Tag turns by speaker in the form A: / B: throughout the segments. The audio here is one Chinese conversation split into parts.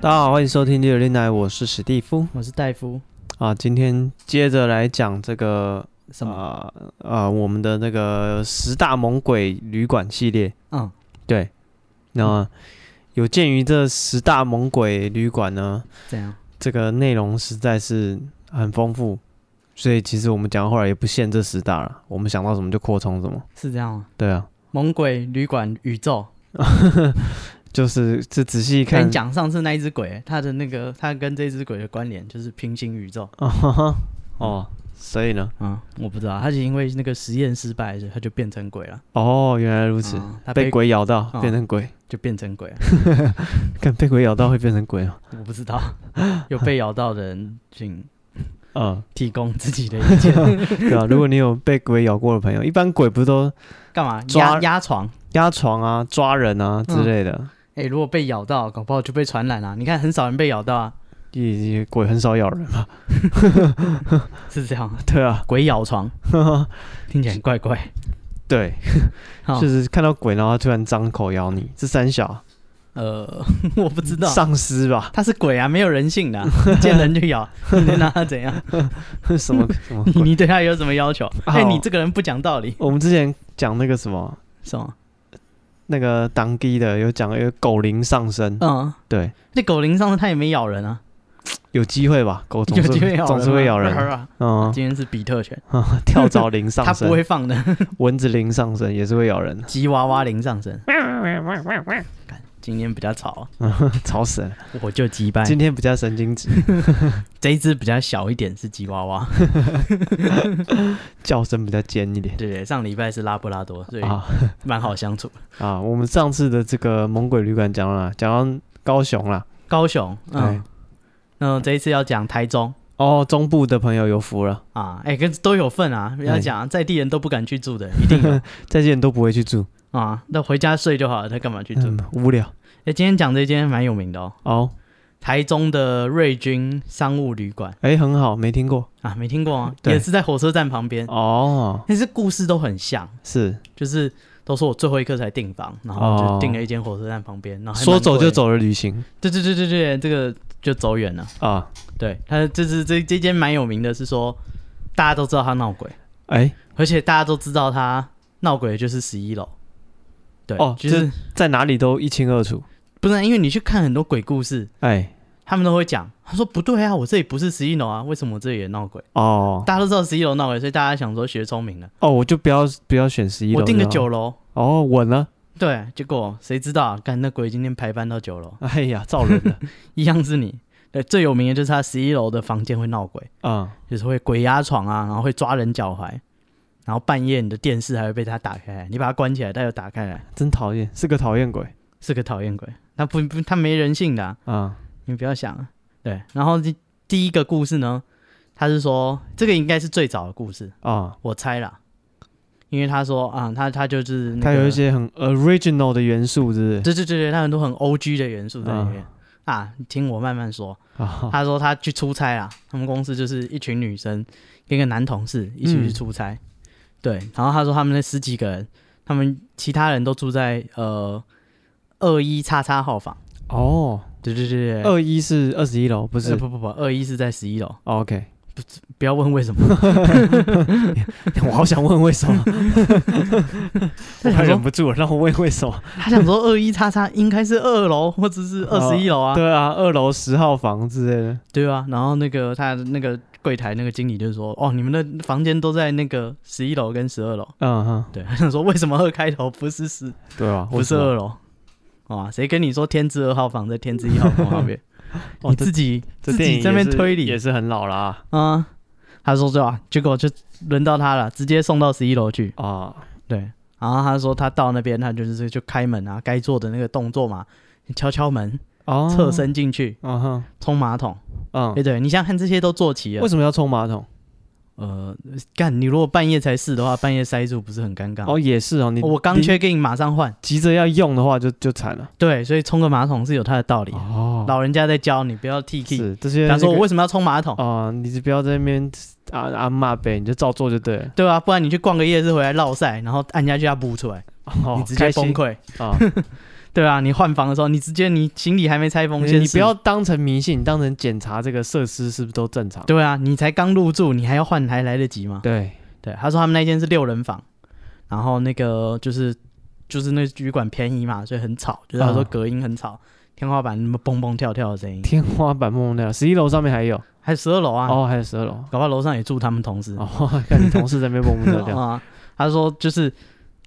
A: 大家好，欢迎收听《六六奶》，我是史蒂夫
B: 我是戴夫。
A: 啊。今天接着来讲这个
B: 什么？
A: 啊啊，我们的那个十大猛鬼旅馆系列。
B: 嗯，
A: 对，那有鉴于这十大猛鬼旅馆呢，
B: 怎样？
A: 这个内容实在是很丰富，所以其实我们讲到后来也不限这十大了，我们想到什么就扩充什么。
B: 是这样吗？
A: 对啊，
B: 猛鬼旅馆宇宙，
A: 就是这仔细
B: 跟
A: 看
B: 你。讲上次那一只鬼，它的那个，它跟这只鬼的关联就是平行宇宙。
A: 哦哈哈 哦，所以呢？
B: 嗯，我不知道，它是因为那个实验失败，所以它就变成鬼了。
A: 哦，原来如此，
B: 嗯它
A: 被
B: 被
A: 鬼咬到
B: 哦
A: 变成鬼，
B: 就变成鬼了。
A: 看被鬼咬到会变成鬼哦吗？
B: 我不知道，有被咬到的人，请
A: 嗯，
B: 提供自己的 意见。
A: 对啊，如果你有被鬼咬过的朋友，一般鬼不是都
B: 干嘛？
A: 抓
B: 压压床？
A: 压床啊、抓人
B: 嗯
A: 啊之类的？
B: 哎、如果被咬到，搞不好就被传染了、你看，很少人被咬到啊，
A: 也也鬼很少咬人嘛，
B: 是这样。
A: 对啊，
B: 鬼咬 床，听起来很怪怪。哦
A: 对，
B: 好
A: 就是看到鬼，然后他突然张口咬你，这三小
B: 呃， 我不知道，
A: 丧尸吧？
B: 它是鬼啊，没有人性的啊、见人就咬，你能拿它怎样？
A: 什 么什么哦
B: 你
A: 鬼？
B: 你对它有什么要求？哎、
A: 好
B: 你这个人不讲道理，
A: 我们之前讲那个什么，
B: 什么？
A: 那个当地的有讲有狗灵上身，
B: 嗯，
A: 对，
B: 那狗灵上次它也没咬人啊，
A: 有机会吧？狗 总
B: 有机会
A: 是
B: 咬人啊，
A: 总是会 咬人，
B: 啊
A: 嗯，
B: 今天是比 特犬，
A: 跳蚤灵上
B: 它不
A: 身，
B: 会放的，
A: 蚊子灵上身也是会咬人，
B: 吉娃娃灵上身。干今天比较吵，啊
A: 吵死了。
B: 我就击败。
A: 今天比较神经质，
B: 这一只比较小一点是吉娃娃，
A: 叫声比较尖一点
B: 对对，上礼拜是拉布拉多，所以
A: 啊。
B: 蛮好相处。
A: 啊，我们上次的这个猛鬼旅馆讲了，讲到高雄啦，
B: 高雄，
A: 哎
B: 嗯，那这一次要讲台中
A: 哦，中部的朋友有福了，
B: 啊，哎，跟都有份啊，不
A: 嗯
B: 要讲啊在地人都不敢去住的，一 定有。
A: 这些人都不会去住，
B: 啊，那回家睡就好了，他干嘛去住？哎、
A: 嗯，无聊
B: 今天讲这间蛮有名的哦，
A: 哦，
B: 台中的瑞军商务旅馆
A: 哎，很好，没听过
B: 啊，没听过吗？
A: 对
B: 也是在火车站旁边，
A: 哦，
B: 但是故事都很像，
A: 是
B: 就是都说我最后一刻才订房，然后
A: 哦
B: 就订了一间火车站旁边，啊然后还蛮
A: 说走就
B: 贵的，
A: 走的旅行
B: 对对对对对，这个就走远了。
A: 啊，
B: 对，他就是这这间蛮有名的，是说大家都知道他闹鬼，
A: 哎，
B: 而且大家都知道他闹鬼的就是十一楼。对，
A: 哦
B: 就是
A: 在哪里都一清二楚，
B: 不是因为你去看很多鬼故事，
A: 哎，
B: 他们都会讲，他说不对啊，我这里不是十一楼啊，为什么我这里也闹鬼？
A: 哦
B: 大家都知道十一楼闹鬼，所以大家想说学聪明了，
A: 哦，我就不要不要选十一楼
B: 我
A: 就好，
B: 订个九楼，
A: 哦，稳了，
B: 对，结果谁知道啊，干那鬼今天排班到九楼，
A: 哎呀，造人了，
B: 一样是你。对，最有名的就是他十一楼的房间会闹鬼，
A: 啊，
B: 就是会鬼压床啊，然后会抓人脚踝，然后半夜你的电视还会被他打开来，你把它关起来，他又打开来，
A: 真讨厌，是个讨厌鬼
B: 是个讨厌鬼，他不不他没人性的啊、
A: 啊，
B: 你不要想啊。对，然后第第一个故事呢，他是说这个应该是最早的故事，
A: 啊，
B: 我猜啦，因为他说啊，他他就是、那个、
A: 它有一，些很 original 的元素，是不是？
B: 对对对对，他很多很 O G 的元素在里面、啊。你听我慢慢说。
A: 啊，
B: 他说他去出差啦，他们公司就是一群女生跟一个男同事一起
A: 嗯
B: 去出差，对。然后他说他们那十几个人，他们其他人都住在呃二一叉叉号房，
A: 哦，
B: 对对对对，
A: 二一是二十一楼，不
B: 不
A: 是、
B: 不不不，二一是在十一楼，
A: o k
B: 不要问为什么，
A: 我好想问为什 么，我
B: 他想
A: 快忍
B: 说
A: 不住了，让我问为什么。
B: 他想说二一叉叉应该是二楼或者是二十一楼啊，
A: 对啊，二楼十号房之类的，
B: 对啊，然后那个他那个柜台那个经理就说：“哦，你们的房间都在那个十一楼跟十二楼。
A: 嗯哼”，
B: 对，他 想说为什么二开头不是十，
A: 对啊，
B: 不是
A: 为什么
B: 二楼？哇，谁跟你说天之二号房在天之一号房 旁边？
A: 哦
B: 你
A: 这
B: 自己
A: 这
B: 自
A: 电
B: 己
A: 影
B: 这边
A: 也是
B: 推理
A: 也是很老啦
B: 啊、他说对啊，结果就轮到他了，直接送到十一楼去。
A: 啊，
B: 对，然后他说他到那边，他就是就开门啊，该做的那个动作嘛，敲敲门，
A: 哦，
B: 侧，身哎进去
A: 嗯哼，
B: 冲马桶。
A: 嗯
B: 对，对，你想想看，这些都做齐了
A: 为。什么要冲马桶？
B: 呃，干你如果半夜才试的话，半夜塞住不是很尴尬？
A: 哦，也是哦，你
B: 啊我刚
A: 你
B: 缺给你马上换。
A: 急着要用的话就就惨了
B: 对，所以冲个马桶是有它的道理。
A: 哦，
B: 哎老人家在教你，不要 T K。
A: 是这些那个，
B: 他说我为什么要冲马桶？
A: 啊，你就不要在那边啊啊骂呗，你就照做就对了，
B: 对啊， 不然你去逛个夜市回来落晒，然后按下去它不出来，
A: 哦
B: 你直接崩溃。
A: 开心啊，
B: 对啊，你换房的时候，你直接你行李还没拆封，先
A: 你不
B: 试
A: 要当成迷信，你当成检查这个设施是不是都正常。
B: 对啊，你才刚入住，你还要换还来得及吗？
A: 对，
B: 对，他说他们那间是六人房，然后那个就是就是那旅馆便宜嘛，所以很吵，就是他说
A: 嗯
B: 隔音很吵，天花板那么蹦蹦跳跳的声音，
A: 天花板梦那样，十一楼上面还有，
B: 还有十二楼啊，
A: 哦，还有十二楼。
B: 搞不好楼上也住他们同事啊、
A: 哦，看你同事在那边蹦蹦跳 跳，
B: 他说就是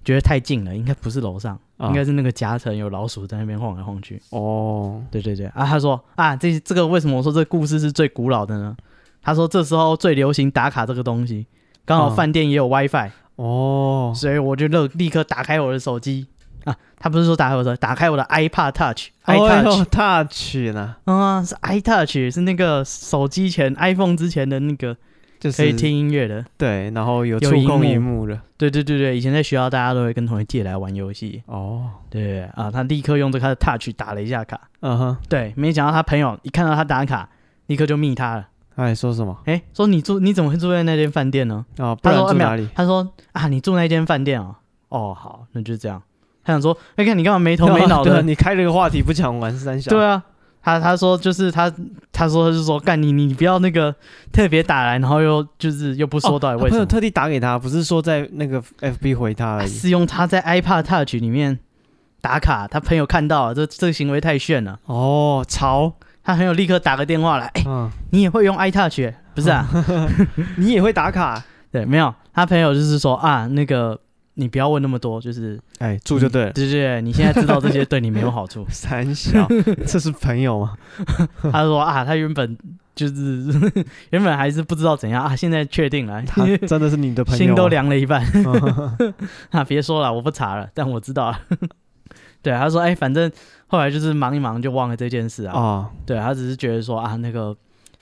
B: 觉得太近了，应该不是楼上，
A: 啊
B: 应该是那个夹层有老鼠在那边晃来晃去。
A: 哦，
B: 对对对啊，他说啊，这这个为什么我说这故事是最古老的呢？他说这时候最流行打卡这个东西，刚好
A: 嗯
B: 饭店也有 WiFi，、
A: 哦，
B: 所以我就立立刻打开我的手机啊，他不是说打开我的手机，打开我的 iPad Touch。
A: 哎呦
B: iTouch，、
A: ，touch 呢，
B: 嗯啊，是 iTouch，是那个手机前 iPhone 之前的那个
A: 就是
B: 可以听音乐的。
A: 对，然后有
B: 有
A: 触
B: 荧
A: 控
B: 幕
A: 荧幕了，
B: 对对对对，以前在学校大家都会跟同学借来玩游戏。
A: 哦，
B: 对对对啊，他立刻用这个他的 Touch 打了一下卡。
A: 嗯哼，
B: 对，没想到他朋友一看到他打卡，立刻就密他了。
A: 他还说什么
B: 哎，说你住你怎么会住在那间饭店呢？
A: 啊？不
B: 他
A: 然
B: 说、啊、
A: 住
B: 没
A: 哪
B: 有
A: 里？，
B: 他说啊，你住那间饭店哦。哦，好，那就这样。他想说，哎、看你干嘛没头没 脑
A: 对啊
B: 的？
A: 你开了个话题不讲完是三小，
B: 对啊，他他说就是他他说就是说干你你不要那个特别打来，然后又就是又不说到
A: 哦他
B: 底为
A: 朋
B: 什
A: 友
B: 么，啊
A: 特地打给他，不是说在那个 FB 回他而已。
B: 是用他在 iPad Touch 里面打卡，他朋友看到了这这个行为太炫了，
A: 哦，潮，
B: 他朋友立刻打个电话来，哎、
A: 嗯，
B: 你也会用 iTouch？欸、不是 啊，
A: 你也会打卡？
B: 对，没有，他朋友就是说啊那个。你不要问那么多，就是
A: 哎，住就对了。。
B: 对对对，你现在知道这些对你没有好处
A: 三 小，这是朋友吗？
B: 他说啊，他原本就是 原本还是不知道怎样啊，现在确定了，
A: 他真的是你的朋友吗？啊
B: 心都凉了一 半。
A: 嗯
B: 啊，别说了，我不查了，但我知道了。啊 对，他说，哎、反正后来就是忙一忙就忘了这件事啊。
A: 哦
B: 对他只是觉得说啊，那个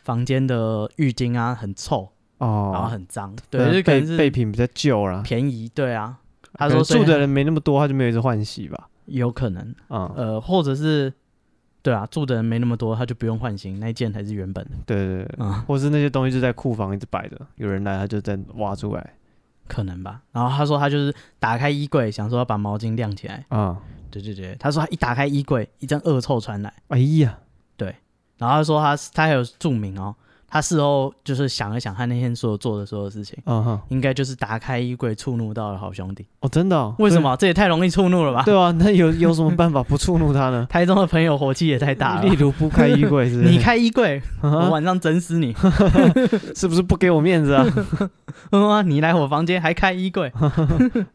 B: 房间的浴巾啊很臭，然后
A: 哦，
B: 很脏，
A: 呃
B: 对，就可
A: 备
B: 能
A: 备
B: 是
A: 品比较旧啦。
B: 便宜，对啊。他
A: 可
B: 说
A: 能
B: 所以
A: 住的人没那么多，他就没有一直换洗吧？
B: 有可能，
A: 啊，
B: 呃，或者是对啊，住的人没那么多，他就不用换新，那一件才是原本的
A: 对对对，
B: 啊、
A: 或是那些东西就在库房一直摆着，有人来他就在挖出来
B: 可能吧。然后他说他就是打开衣柜，想说要把毛巾晾起来。
A: 啊。
B: 对对对，他说他一打开衣柜，一阵恶臭传来。
A: 哎呀，
B: 然后他说他他还有注明哦，他事后就是想了想他那天所有做的所有事情，
A: 嗯哼，
B: 应该就是打开衣柜触怒到了好兄弟。
A: 哦，真的哦？
B: 为什么？这也太容易触怒了吧？？
A: 对？对啊，那有有什么办法不触怒他呢
B: 台中的朋友火气也 太大了
A: 例。如不开衣柜是不是？
B: 你开衣柜，我
A: 啊
B: 晚上整死你！
A: 是不是不给我面 子啊？
B: 嗯啊，你来我房间还开 衣柜，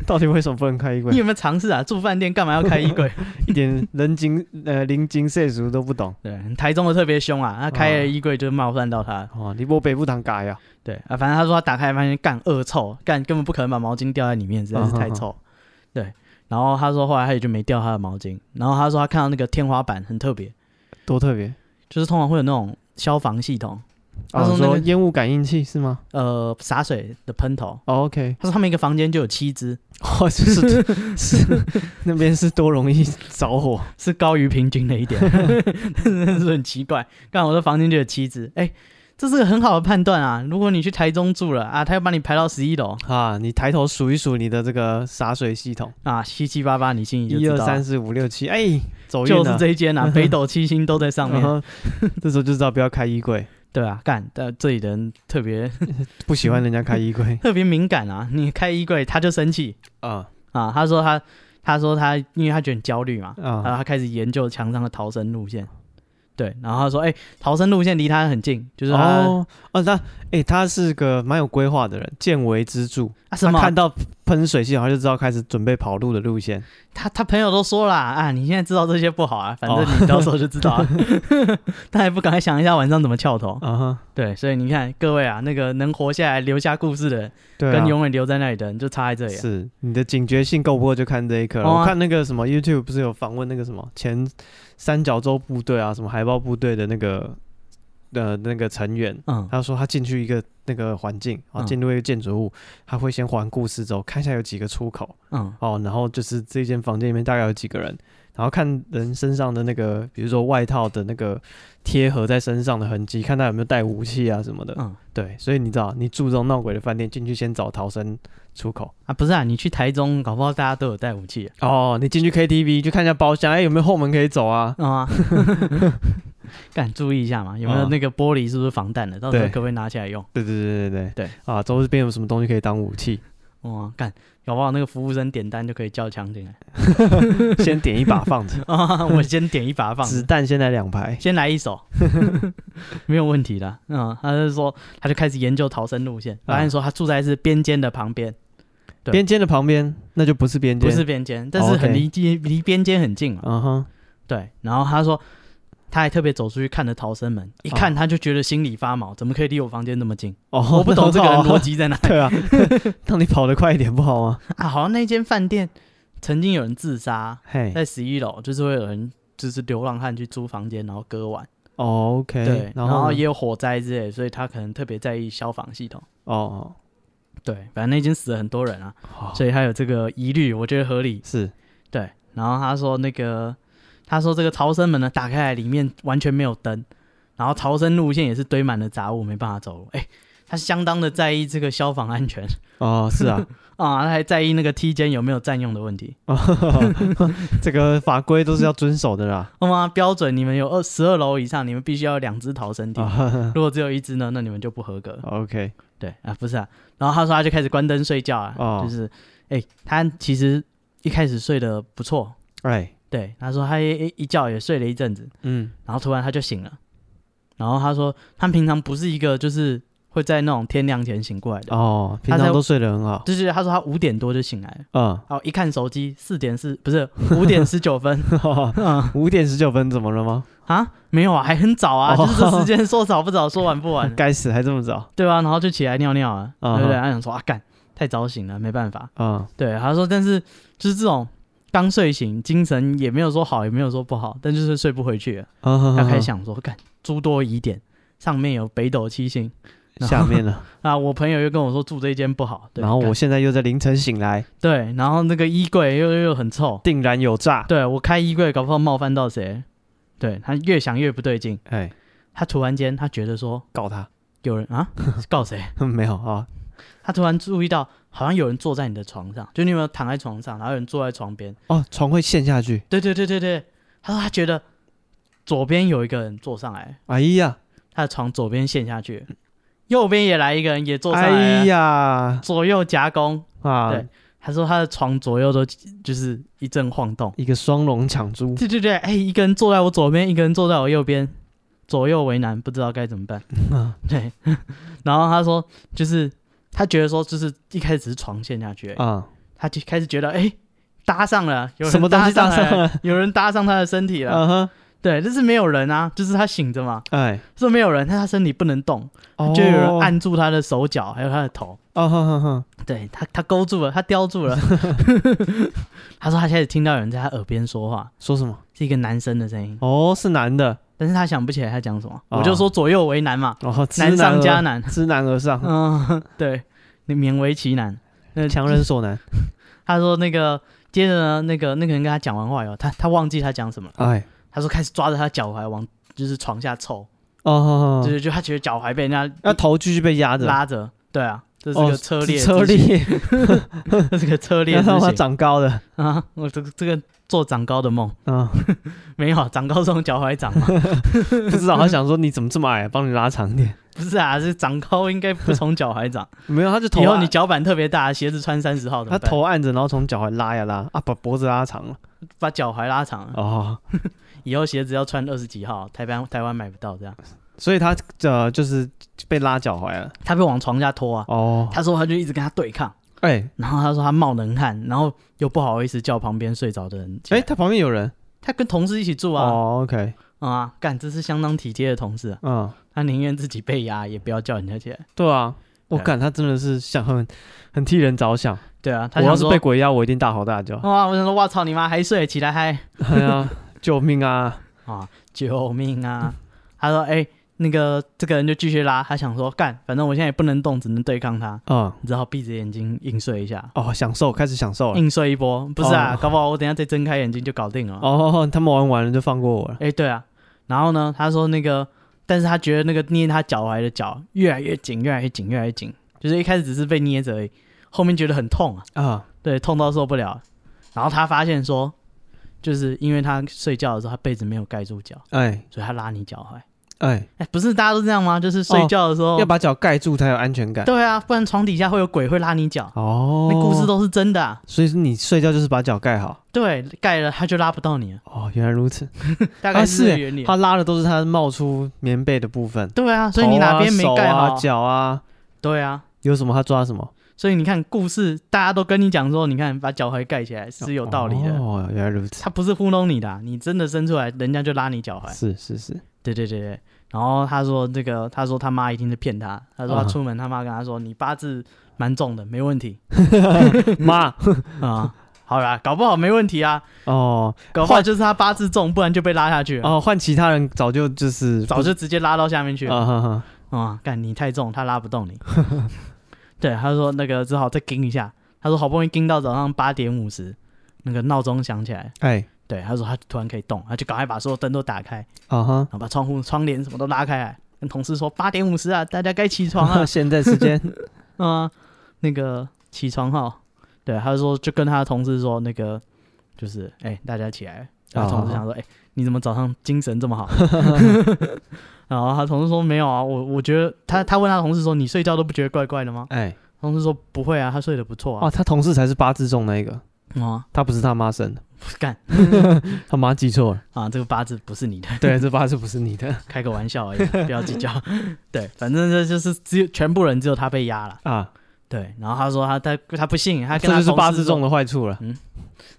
A: 到底为什么不能开衣柜
B: 你？有没有尝试啊？住饭店干嘛要开衣 柜？
A: 一点人情呃零情世俗都不懂
B: 对，台中的特别凶啊，他开了衣柜就冒犯到他。
A: 哦，你我北部堂嘎呀？
B: 对啊，反正他说他打开发现干恶臭，干根本不可能把毛巾掉在里面，实在是
A: 嗯
B: 太臭。对，然后他说后来他也就没掉他的毛巾，然后他说他看到那个天花板很特别，
A: 多特别。
B: 就是通常会有那种消防系统，他
A: 哦，
B: 说
A: 你
B: 那
A: 说
B: 个
A: 烟雾感应器是吗
B: 呃，洒水的喷头。
A: 哦？OK，
B: 他说他们一个房间就有七只，
A: 哦， 就是 是那边是多容易着火
B: 是高于平均 的一点，但是很奇怪。干我的房间就有七只，哎、这是个很好的判断啊！如果你去台中住了啊，他要把你排到十一楼
A: 啊！你抬头数一数你的这个洒水系统，
B: 啊，七七八八，你心里就
A: 一
B: 知道
A: 二
B: 了
A: 三四五六七，哎，走运
B: 就是
A: 了。
B: 这一间啊，北斗七星都在 上面。
A: 嗯哼这时候就知道不要开衣柜，
B: 对啊，干，但这里的人特别
A: 不喜欢人家开衣柜
B: 特别敏感啊，你开衣柜他就生气
A: 啊
B: 啊。他说他，他说他，因为他觉得很焦虑嘛，然后
A: 啊
B: 他开始研究墙上的逃生路线。对，然后他说，哎、逃生路线离他很近，就是他、
A: 哦哦，他哎，他是个蛮有规划的人，见微知著。
B: 啊什
A: 他
B: 么？
A: 看到喷水系统，他就知道开始准备跑路的路线。
B: 他他朋友都说啦，啊，你现在知道这些不好啊，反
A: 哦
B: 正你到时候就 知道了。他还不赶快想一下晚上怎么翘头？
A: 啊哈，
B: 对，所以你看各位啊，那个能活下来留下故事的人，
A: 对啊，
B: 跟永远留在那里的人就差在这里、啊。
A: 是你的警觉性够不够，就看这一刻了。
B: 哦啊
A: 我看那个什么 YouTube 不是有访问那个什么前三角洲部队啊，什么海豹部队的那个呃那个成员，
B: 嗯，
A: 他说他进去一个那个环境啊，
B: 嗯
A: 进入一个建筑物，他会先环顾四周，看一下有几个出口
B: 嗯
A: 哦，然后就是这间房间里面大概有几个人，然后看人身上的那个，比如说外套的那个贴合在身上的痕迹，看他有没有带武器啊什么的。
B: 嗯
A: 对，所以你知道，你住这种闹鬼的饭店，进去先找逃生出口。
B: 啊，不是啊，你去台中，搞不好大家都有带武器啊。
A: 哦，你进去 KTV 去看一下包厢，哎、有没有后门可以走啊？
B: 嗯 啊，敢注意一下嘛，有没有
A: 嗯
B: 那个玻璃是不是防弹的？到时候
A: 对
B: 可不可以拿起来用？
A: 对对对对
B: 对
A: 啊，周边有什么东西可以当武 器？
B: 哇、哦啊干，搞不好那个服务生点单就可以叫枪进来。
A: 先点一把放着，
B: 啊，我先点一把放着，
A: 子弹先来两排。
B: 先来 一手，没有问题的。嗯，他就说，他就开始研究逃生路线，
A: 啊
B: 发现说他住在是边间的旁边，对
A: 边间的旁边，那就不是边间，哦
B: 不是，边间，但是
A: OK
B: 很离街离边间很近嘛。
A: 嗯哼，
B: 对，然后他说，他还特别走出去看了逃生门，一看他就觉得心里发毛，怎么可以离我房间那么近？
A: 哦，
B: 我不懂这个人逻
A: 辑。
B: 辑在哪
A: 对啊，让你跑得快一点不好吗？
B: 啊！好像那间饭店曾经有人自杀，
A: 嘿、
B: 在十一楼，就是会有人就是流浪汉去租房间，然后割腕。
A: o k
B: 对，
A: 哦然
B: 哎然
A: 后
B: 后
A: 呢
B: 也有火灾之类的，所以他可能特别在意消防系统。
A: 哦
B: 对，反正那间死了很多人啊，
A: 哦，好
B: 所以他有这个疑虑，我觉得合理。
A: 是
B: 对，然后他说那个，他说这个逃生门呢打开来，里面完全没有灯，然后逃生路线也是堆满了杂物，没办法走路。哎，他相当的在意这个消防安全
A: 哦，是 啊，
B: 啊，他还在意那个梯间有没有占用的问题。
A: 这个法规都是要遵守的 啦。
B: 那么啊标准，你们有二十二楼以上，你们必须要有两只逃生梯。
A: 啊
B: 如果只有一只呢，那你们就不合格。
A: OK，
B: 对啊，不是啊。然后他说他就开始关灯睡觉啊，
A: 哦
B: 就是，哎、他其实一开始睡得不错，
A: 哎，
B: 对，他说他一一觉也睡了一阵子，
A: 嗯，
B: 然后突然他就醒了，然后他说他平常不是一个就是会在那种天亮前醒过来的，
A: 哦，平
B: 他在
A: 常都睡得很好，
B: 就是他说他五点多就醒来了，
A: 嗯，
B: 然后一看手机四点四不 是五点十九分嗯
A: 五点十九分怎么了吗？
B: 啊没有啊还很早啊，
A: 哦，
B: 就是这时间说早不早说晚不晚
A: 该死，还这么早？
B: 对啊，然后就起来尿尿啊，
A: 嗯
B: 对不对？
A: 哼
B: 他想说啊干太早醒了没办法，
A: 嗯，
B: 对，他说，但是就是这种刚睡醒，精神也没有说好，也没有说不好，但就是睡不回去了，
A: 他
B: 他开始想说，干诸多疑点，上面有北斗七星
A: 下面了，
B: 啊，我朋友又跟我说住这一间不 好，对
A: 然后我
B: 干
A: 现在又在凌晨醒来，
B: 对，然后那个衣柜又又又很臭，
A: 定然有诈。
B: 对我开衣柜搞不好冒犯到谁，对他越想越不对劲，
A: 哎，
B: 他突然间他觉得说
A: 告他，
B: 有人啊告谁，
A: 没有啊？
B: 他突然注意到好像有人坐在你的床上，就你有没有躺在床上，然后有人坐在床边。
A: 哦，床会陷下去。
B: 对对对对对，他说他啊觉得左边有一个人坐上来，
A: 哎呀，
B: 他的床左边陷下去，右边也来一个人也坐上来，啊
A: 哎、呀，
B: 左右夹攻。
A: 啊，
B: 对他说他的床左右都就是一阵晃动。
A: 一个双龙抢珠。
B: 对对对，哎，一个人坐在我左边，一个人坐在我右边，左右为难，不知道该怎 么办。对， 然后他说就是他觉得说就是一开始只是床陷下去而已，
A: 啊、
B: 他就开始觉得哎。搭上了，有人
A: 什么东西
B: 搭
A: 搭上
B: 来
A: 了？
B: 有人搭上他的身体
A: 嗯，
B: 了。
A: 嗯哼，
B: 对，但是没有人啊，就是他醒着嘛，
A: 哎，
B: 是没有人，但他身体不能动，
A: 哦
B: 就有人，按住他的手脚，还有他的头。
A: 哦，哼哼哼，
B: 对他，他勾住了，他叼住了。 他说他开始听到有人在他耳边说话，
A: 说什么？
B: 是一个男生的声音，
A: 哦，是男的，
B: 但是他想不起来他讲什么。
A: 哦
B: 我就说左右为难嘛，
A: 哦，知
B: 难上
A: 而
B: 加 难。
A: 知难而上，
B: 嗯，对，你勉为其难。那
A: 强人所难。
B: 他说那个接着呢，那个那个人跟他讲完话以后，他他忘记他讲什么了，
A: 哎，
B: 他说开始抓着他脚踝往就是床下凑，
A: 哦哼
B: 就
A: 哼，
B: 是就他觉得脚踝被人家
A: 那头继续被压着，
B: 拉着，对啊，这是
A: 哦
B: 个车裂，
A: 车，裂，
B: 这是个车裂
A: 要
B: 之
A: 让他
B: 行
A: 长高的。
B: 啊！我这个这个做长高的梦
A: 嗯，
B: 没有，啊长高这种脚踝长嘛，
A: 不知道，他想说你怎么这么矮，帮你拉长一 点。
B: 不是啊，是长高应该不从脚踝长，
A: 没有，他 就头
B: 以后你
A: 按
B: 脚板特别大，鞋子穿三十号怎
A: 他
B: 么办
A: 头按着，然后从脚踝拉呀拉，啊，把脖子拉长了。
B: 把脚踝拉长，
A: 哦，
B: 以后鞋子要穿二十几号，台湾台湾买不到这样，
A: 所以他呃就是被拉脚踝了。
B: 他被往床下拖啊，
A: 哦，
B: 他说他就一直跟他对抗，
A: 哎
B: 然后他说他冒冷汗，然后又不好意思叫旁边睡着的人起来，
A: 哎，他旁边有人。
B: 他跟同事一起住啊，
A: 哦，OK，
B: 啊，干，这是相当体贴的同事啊。
A: 嗯，
B: 他宁愿自己被压，也不要叫人家起来。
A: 对啊，我
B: 对
A: 感他真的是想很很替人着想。
B: 对啊，他
A: 我要
B: 想
A: 是
B: 说。
A: 被鬼压，我一定大吼大叫 哎
B: 哇，我想说，哇操你妈，还睡起来嗨
A: 哎呀，救命啊！
B: 啊，救命啊！他说，哎、那个这个人就继续拉，他想说干，反正我现在也不能动，只能对抗他，
A: 嗯，
B: 只好闭着眼睛硬睡一下，
A: 哦，享受，开始享受了。
B: 硬睡一波。不是啊，
A: 哦
B: 搞不好我等一下再睁开眼睛就搞定了。
A: 哦，他们玩完了就放过我了。
B: 哎、对啊，然后呢，他说那个，但是他觉得那个捏他脚踝的脚越来越紧，越来越紧，越来越紧，就是一开始只是被捏着而已，后面觉得很痛啊，
A: 啊，
B: 对，痛到受不了。然后他发现说，就是因为他睡觉的时候他被子没有盖住脚，
A: 哎
B: 所以他拉你脚踝。
A: 哎，
B: 哎、不是大家都这样吗？就是睡觉的时候，
A: 哦要把脚盖住才有安全感。
B: 哦对啊，不然床底下会有鬼会拉你脚，
A: 哦，
B: 那故事，都是真的、啊。
A: 所以说你睡觉就是把脚盖好。
B: 对，盖了他就拉不到你了，
A: 哦，原来如 此。
B: 大
A: 啊
B: 概是这
A: 是
B: 个
A: 耶
B: 原理。
A: 他拉的都是他冒出棉被的部分，
B: 对啊，所以你哪边没
A: 头啊
B: 盖
A: 手
B: 好
A: 啊？脚啊，
B: 对啊，
A: 有什么他抓什么，
B: 所以你看，故事大家都跟你讲说，你看把脚踝盖起来是有道理的，
A: 哦，原来如此。
B: 他不是糊弄你的啊、你真的伸出来，人家就拉你脚踝。
A: 是是 是，
B: 对对对对。然后他说这个，他说他妈一定是骗他，他说他
A: 嗯
B: 出门他妈跟他说，你八字蛮重的，没问题
A: 妈
B: 啊、好啦，搞不好没问题啊，
A: 哦
B: 搞不好就是他八字重，不然就被拉下去了，
A: 哦，换其他人早就就是不
B: 早就直接拉到下面去了。
A: 啊哈哈，
B: 啊、干你太重，他拉不动你。 对，他说那个只好再盯一下。他说好不容易盯到早上八点五十，那个闹钟响起来。
A: 哎
B: 对，他说他突然可以动，他就赶快把所有灯都打开，然
A: 啊哈。，
B: 后把窗户、窗帘什么都拉开来，跟同事说八点五十啊，大家该起床 啊
A: 现在时 间
B: 啊、那个起床哈。对，他说就跟他的同事说那个就是哎、大家起来。然后同事想
A: 哦
B: 说，哎、你怎么早上精神这 么好？然后他同事说没有啊，我我觉得他他问他同事说你睡觉都不觉得怪怪的吗？
A: 哎
B: 同事说不会啊，他睡得不错啊
A: 哦，。他同事才是八字重那一个，
B: 哦，
A: 他不是他妈生的，
B: 干
A: 他妈记错了。
B: 啊，这个八字不是你的，
A: 对，这八字不是你的
B: 开个玩笑而已，啊不要计较。 对，反正这就是只有全部人只有他被压了。
A: 啊，
B: 对，然后他说他他他不信，他
A: 这
B: 跟他
A: 就是
B: 同
A: 八
B: 事
A: 字
B: 说
A: 重，的坏处了。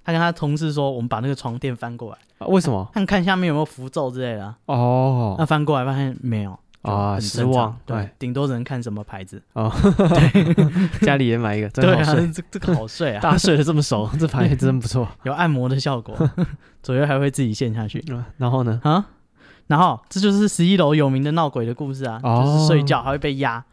B: 他跟他同事说，我们把那个床垫翻过来，
A: 啊为什么？
B: 看看下面有没有符咒之类的啊。那
A: 哦
B: 翻过来发现没有就
A: 啊
B: 很
A: 失
B: 正常
A: 望
B: 对
A: 哎，
B: 顶多只能看什么牌子。
A: 哦，家里也买一 个，真
B: 对
A: 好
B: 啊
A: 睡。，
B: 这这个好睡 啊，
A: 大家睡得这么熟，这牌真不 错。
B: 有按摩的 效果，左右还会自己陷下去。
A: 啊然后 呢？
B: 啊，然后这就是十一楼有名的闹鬼的故事啊，
A: 哦
B: 就是睡觉还会被压，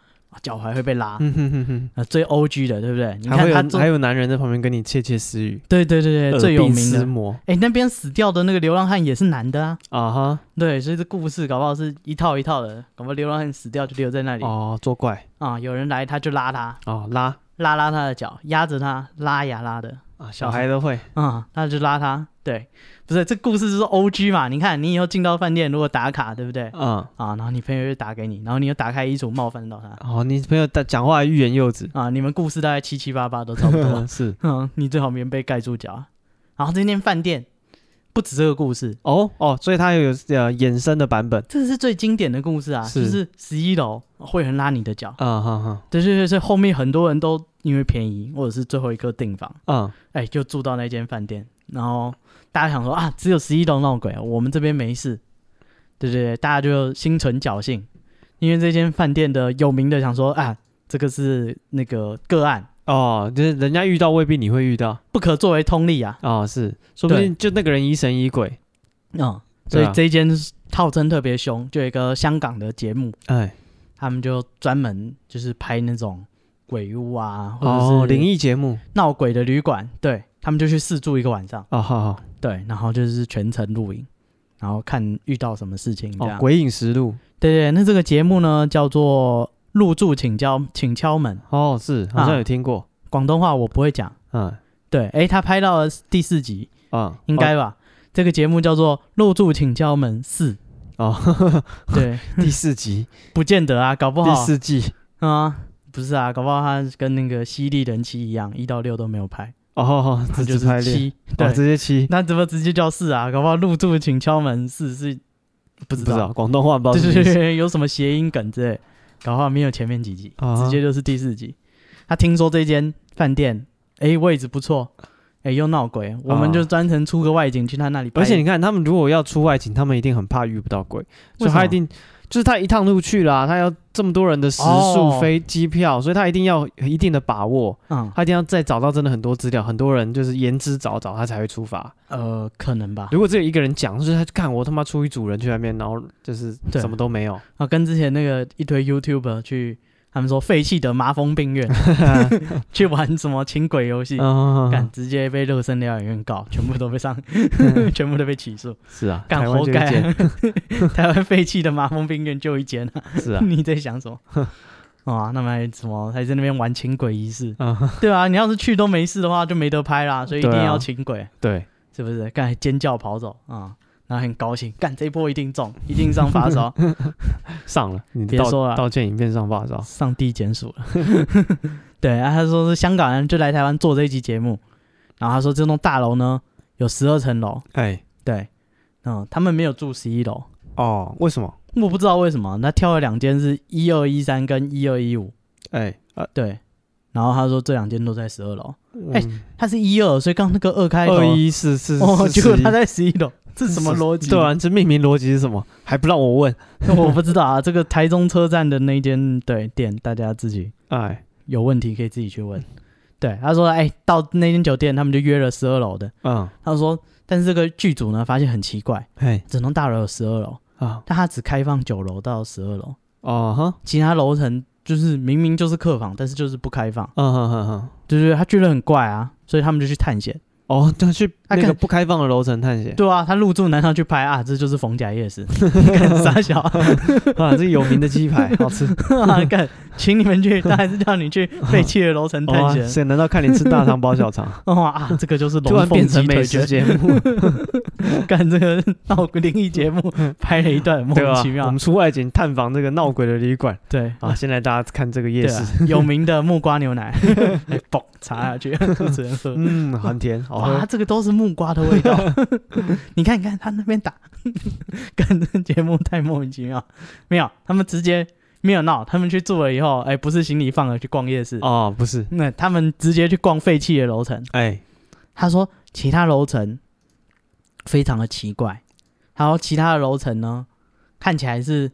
B: 脚踝会被拉，
A: 嗯哼哼哼，
B: 啊，最 O G 的，对不对？你
A: 还
B: 看
A: 会
B: 他
A: 有
B: 做
A: 还，有男人在旁边跟你窃窃私语，
B: 对对
A: 呃
B: 对对，最有名
A: 的
B: 的，
A: 魔
B: 哎，那边死掉的那个流浪汉也是男的啊，
A: 啊哈
B: 对，所以这故事搞不好是一套一套的，搞不好流浪汉死掉就留在那里
A: 哦，作怪
B: 啊，有人来他就拉他，
A: 哦，拉
B: 拉拉他的脚，压着他，拉呀拉的。
A: 啊，小孩都会
B: 啊、那就拉他。对，不是这故事就是 O G 嘛？你看，你以后进到饭店，如果打卡，对不对？
A: 嗯。
B: 啊，然后你朋友就打给你，然后你又打开衣橱冒犯到他，
A: 哦，你朋友在讲话欲言又止，
B: 啊，你们故事大概七七八八都差不 多。
A: 是
B: 嗯，你最好棉被盖住脚啊。然后这间饭店不止这个故事，
A: 哦哦，所以他有呃衍生的版本，
B: 这是最经典的故事啊，
A: 是
B: 就是十一楼会很拉你的脚。
A: 嗯哼哼，
B: 对对对，所以后面很多人都因为便宜或者是最后一个订房，
A: 嗯
B: 哎，就住到那间饭店。然后大家想说啊，只有十一楼闹鬼，我们这边没事。对对对，大家就心存侥幸，因为这间饭店的有名的想说啊，这个是那个个案，
A: 哦，就是人家遇到未必你会遇到
B: 不可作为通例啊。
A: 哦，是，说不
B: 对
A: 定就那个人疑神疑鬼，
B: 嗯，所
A: 对
B: 以
A: 啊
B: 这一间套餐特别凶，就有一个香港的节目，
A: 哎，
B: 他们就专门就是拍那种鬼屋啊，
A: 哦，
B: 或者
A: 灵
B: 是
A: 异节目，
B: 闹鬼的旅馆，对他们就去试住一个晚上，
A: 哦好好，
B: 对，然后就是全程录影，然后看遇到什么事情这
A: 哦，
B: 样。
A: 鬼影实录，
B: 对对，那这个节目呢叫做入住请敲请敲门，
A: 哦是，
B: 啊
A: 好像有听过，
B: 广东话我不会讲，
A: 嗯
B: 对，诶，他拍到了第四集，
A: 嗯，
B: 应该吧？这个节目叫做入住请敲门四，
A: 哦，
B: 对，
A: 第四 集，
B: 不见得啊，搞不
A: 第
B: 好
A: 四季，
B: 啊，不是啊，搞不好他跟那个犀利人妻一样，一到六都没有拍，
A: 哦，这
B: 他就
A: 只
B: 是
A: 排列，
B: 七。对，
A: 哦，直接七，
B: 那怎么直接叫四啊？搞不好入住请敲门四是不
A: 不
B: 知
A: 知
B: 道，
A: 道广东话不知道
B: 对
A: 什么
B: 对
A: 意思，
B: 对，有什么谐音梗之类，搞不好没有前面几集，
A: 啊
B: 直接就是第四集。他听说这间饭店，哎，位置不错，哎、又闹鬼，我们就专程出个外景去他那里
A: 而
B: 拍。
A: 且你看，他们如果要出外景，他们一定很怕遇不到鬼，所以
B: 哎为什么
A: 他一定就是他一趟路去啦，他要这么多人的食宿、
B: 哦
A: 飞机票，所以他一定要有一定的把握，
B: 嗯
A: 他一定要再找到真的很多资料，很多人就是言之凿凿，他才会出发。
B: 呃，可能吧。
A: 如果只有一个人讲，就是他看我他妈出一组人去那边，然后就是
B: 对
A: 什么都没有，
B: 啊，跟之前那个一堆 YouTuber 去，他们说废弃的麻风 病院去玩什么请鬼游戏，干、
A: 嗯，
B: 直接被乐森疗养院告，全部都被上， 全部都被起诉，
A: 是啊，
B: 干
A: 嗯台湾
B: 活
A: 就一
B: 该
A: 间
B: 啊。台湾废弃的麻风病院就一间啊，，
A: 是 啊
B: 你在想什么？ 啊，那么还什么还在那边玩请鬼仪式？
A: 嗯，
B: 对啊，你要是去都没事的话，就没得拍啦，所以一定
A: 对啊
B: 要请鬼。
A: 对，
B: 是不是？干尖叫跑走啊、然后很高兴，干这一波一定中，一定上 发烧，
A: 上了，你的
B: 别
A: 道
B: 说了
A: 道歉影片上发烧，
B: 上地检署了。 对，啊，他说是香港人就来台湾做这一集节目，然后他说这栋大楼呢有十二层楼，
A: 哎，
B: 对，嗯，他们没有住十一楼，
A: 哦，为什么？
B: 我不知道为什么，他挑了两间是一二一三跟一二一五，
A: 哎，啊，
B: 对，然后他说这两间都在十二楼，
A: 哎，
B: 他是一二，所以刚刚那个二开头，
A: 二一四四，
B: 哎哦，
A: 四
B: 结
A: 十
B: 果
A: 一
B: 他在十一楼，这什么逻辑？
A: 对啊，这命名逻辑是什么？还不让我问？
B: 我不知道啊，这个台中车站的那间对店，大家自己
A: 哎，
B: 有问题可以自己去问。对，他说，哎、到那间酒店，他们就约了十二楼的。
A: 嗯，
B: 他说，但是这个剧组呢，发现很奇怪，
A: 嘿
B: 整栋大楼有十二楼，
A: 啊，
B: 但他只开放九楼到十二楼，
A: 哦哈，
B: 其他楼层就是明明就是客房，但是就是不开放，
A: 嗯哼哼哼，
B: 就是他觉得很怪啊，所以他们就去探险。
A: 哦，他去
B: 啊
A: 那个
B: 看
A: 不开放的楼层探险
B: 对啊，他入住难道去拍啊？这就是逢甲 夜市，傻小啊，
A: 啊，这有名的鸡 排好吃，
B: 干，请你们去，他还是叫你去废弃的楼层探
A: 哇
B: 险。？
A: 塞，哦啊难道看你吃大肠包小肠
B: 哇、啊，这个就是
A: 突
B: 龙
A: 然
B: 凤
A: 变
B: 鸡
A: 成
B: 腿
A: 美
B: 卷
A: 食，节目，
B: 干这个闹鬼灵异节目，拍了一段 莫
A: 对
B: 名
A: 吧
B: 其？
A: 我
B: 妙
A: 们。出外景探访这个闹鬼的旅馆
B: 对
A: 啊，，现在大家看这个夜
B: 对啊
A: 市，
B: 有名的木瓜牛奶， 哎嘣插下去， 主持人喝。
A: 嗯，很甜，好
B: 哇，
A: 喝，
B: 这个都是木瓜的 味道。 你看，你看他那边打， 干这节目太莫名其妙。没有，他们直接没有闹，他们去住了以后，哎，不是行李放了，去逛夜市。
A: 哦，不是，
B: 那他们直接去逛废弃的楼层，
A: 哎，
B: 他说其他楼层非常的奇怪，然后其他的楼层呢看起来是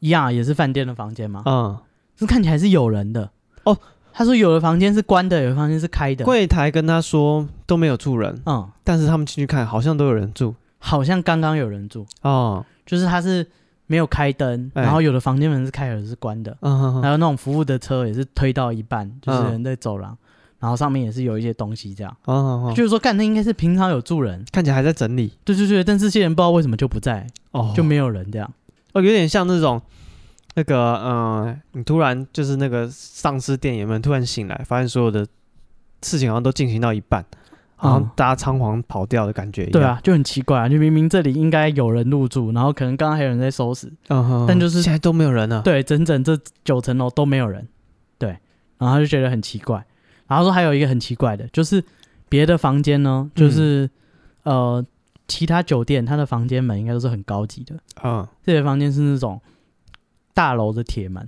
B: 一样，也是饭店的房间嘛，
A: 嗯，
B: 是看起来是有人的
A: 哦。
B: 他说有的房间是关的，有的房间是开的。
A: 柜台跟他说都没有住人，
B: 嗯，
A: 但是他们进去看好像都有人住，
B: 好像刚刚有人住，
A: 哦，
B: 就是他是没有开灯，
A: 哎
B: 然后有的房间门是开，有的是关的，
A: 嗯哼哼
B: 还有那种服务的车也是推到一半，就是
A: 嗯
B: 人在走廊，然后上面也是有一些东西这样。
A: 哦哦，哦
B: 就是说，干那应该是平常有住人，
A: 看起来还在整理
B: 对对对，但是这些人不知道为什么就不在，
A: 哦，
B: 就没有人这样。
A: 哦，有点像那种那个嗯，你突然就是那个丧尸电影们突然醒来，发现所有的事情好像都进行到一半，好像
B: 嗯
A: 大家仓皇跑掉的感觉一样。
B: 对，啊，就很奇怪啊！就明明这里应该有人入住，然后可能刚刚还有人在收拾，
A: 嗯哼，
B: 但就是
A: 现在都没有人了。
B: 对，整整这九层楼都没有人，对，然后他就觉得很奇怪。然后说还有一个很奇怪的，就是别的房间
A: 嗯
B: 呢，就是、呃其他酒店它的房间门应该都是很高级的，
A: 嗯，
B: 这些房间是那种大楼的铁门，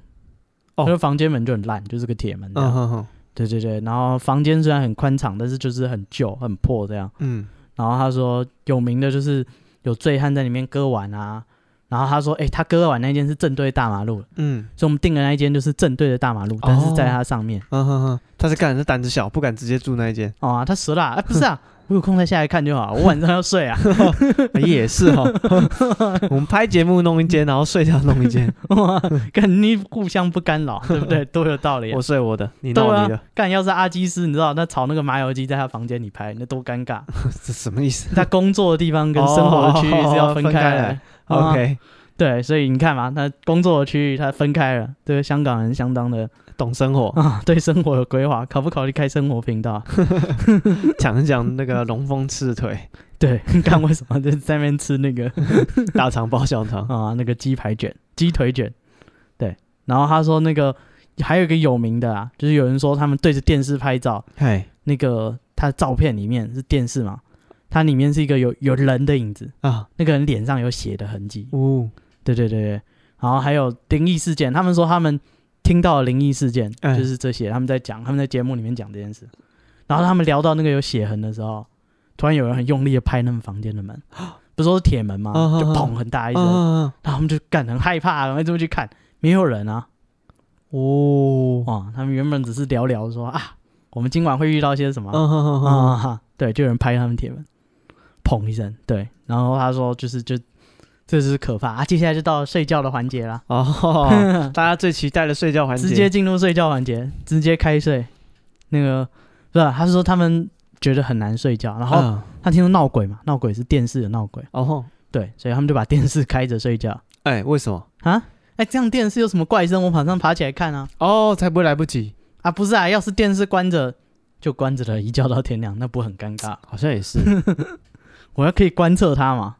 A: 哦
B: 它的房间门就很烂，就是个铁门这
A: 嗯
B: 样。
A: 哼哼，
B: 对对对，然后房间虽然很宽敞，但是就是很旧很破这样。
A: 嗯，
B: 然后他说有名的就是有醉汉在里面割腕啊。然后他说，哎、他割腕那间是正对大马路，
A: 嗯，
B: 所以我们订的那一间就是正对着大马路，但是在它上面。
A: 嗯哼哼，他是干，他胆子小，不敢直接住那一间。
B: 哦啊，他折了啊、哎不是啊，我有空再下来看就好，我晚上要睡啊。
A: 哎也是哦，我们拍节目弄一间，然后睡觉弄一间，
B: 哇，干你互相不干扰， 对不对？多有道理、啊
A: 我。睡我的，你
B: 对
A: 弄你
B: 啊
A: 的，，
B: 干要是阿基斯，你知道那炒那个麻油鸡在他房间里拍，那多尴尬。
A: 这什么意思
B: 他工作的地方跟生活的区域是要分开
A: 哦
B: 来。 啊
A: ？OK，
B: 对，所以你看嘛，他工作的区域他分开了，这个香港人相当的
A: 懂生活，
B: 啊，对生活有规划，考不考虑开生活频道？啊
A: 讲一讲那个龙凤刺 腿、
B: 对，看为什么就在那边吃那个
A: 大肠包小肠。
B: 啊那个鸡排卷、鸡腿卷，对。然后他说那个还有一个有名的啊，就是有人说他们对着电视拍照，
A: 嗨，
B: 那个他的照片里面是电视嘛，它里面是一个有有人的影子，
A: 啊，
B: 那个人脸上有血的痕迹。
A: 呜，
B: 对对对对。然后还有灵异事件，他们说他们听到了灵异事件，
A: 哎
B: 就是这些，他们在讲，他们在节目里面讲这件事。然后他们聊到那个有血痕的时候，突然有人很用力的拍那们房间的门， 不是说是铁门吗？
A: 嗯嗯
B: 就
A: 嗯
B: 砰很大一声，
A: 啊，
B: 然后他们就干很害怕，然后就去看，没有人啊。
A: 哦，
B: 哇，他们原本只是聊聊说啊，我们今晚会遇到些什么
A: 嗯哼哼哼，
B: 啊、哈，对，就有人拍他们铁门，砰一声，对，然后他说就是就这就是可怕啊，接下来就到睡觉的环节啦，
A: 哦，大家最期待的睡觉环节，
B: 直接进入睡觉环节，直接开睡，那个不是，他是说他们觉得很难睡觉，然后
A: 嗯，
B: 他听说闹鬼嘛，闹鬼是电视的闹鬼，
A: 哦吼，
B: 对，所以他们就把电视开着睡觉
A: 哎，为什么？
B: 啊，哎，这样电视有什么怪声，我马上爬起来看啊，
A: 哦，才不会来不及，
B: 啊，不是啊，要是电视关着就关着了，一觉到天亮，那不很尴尬？
A: 好像也是
B: 我要可以观测它嘛，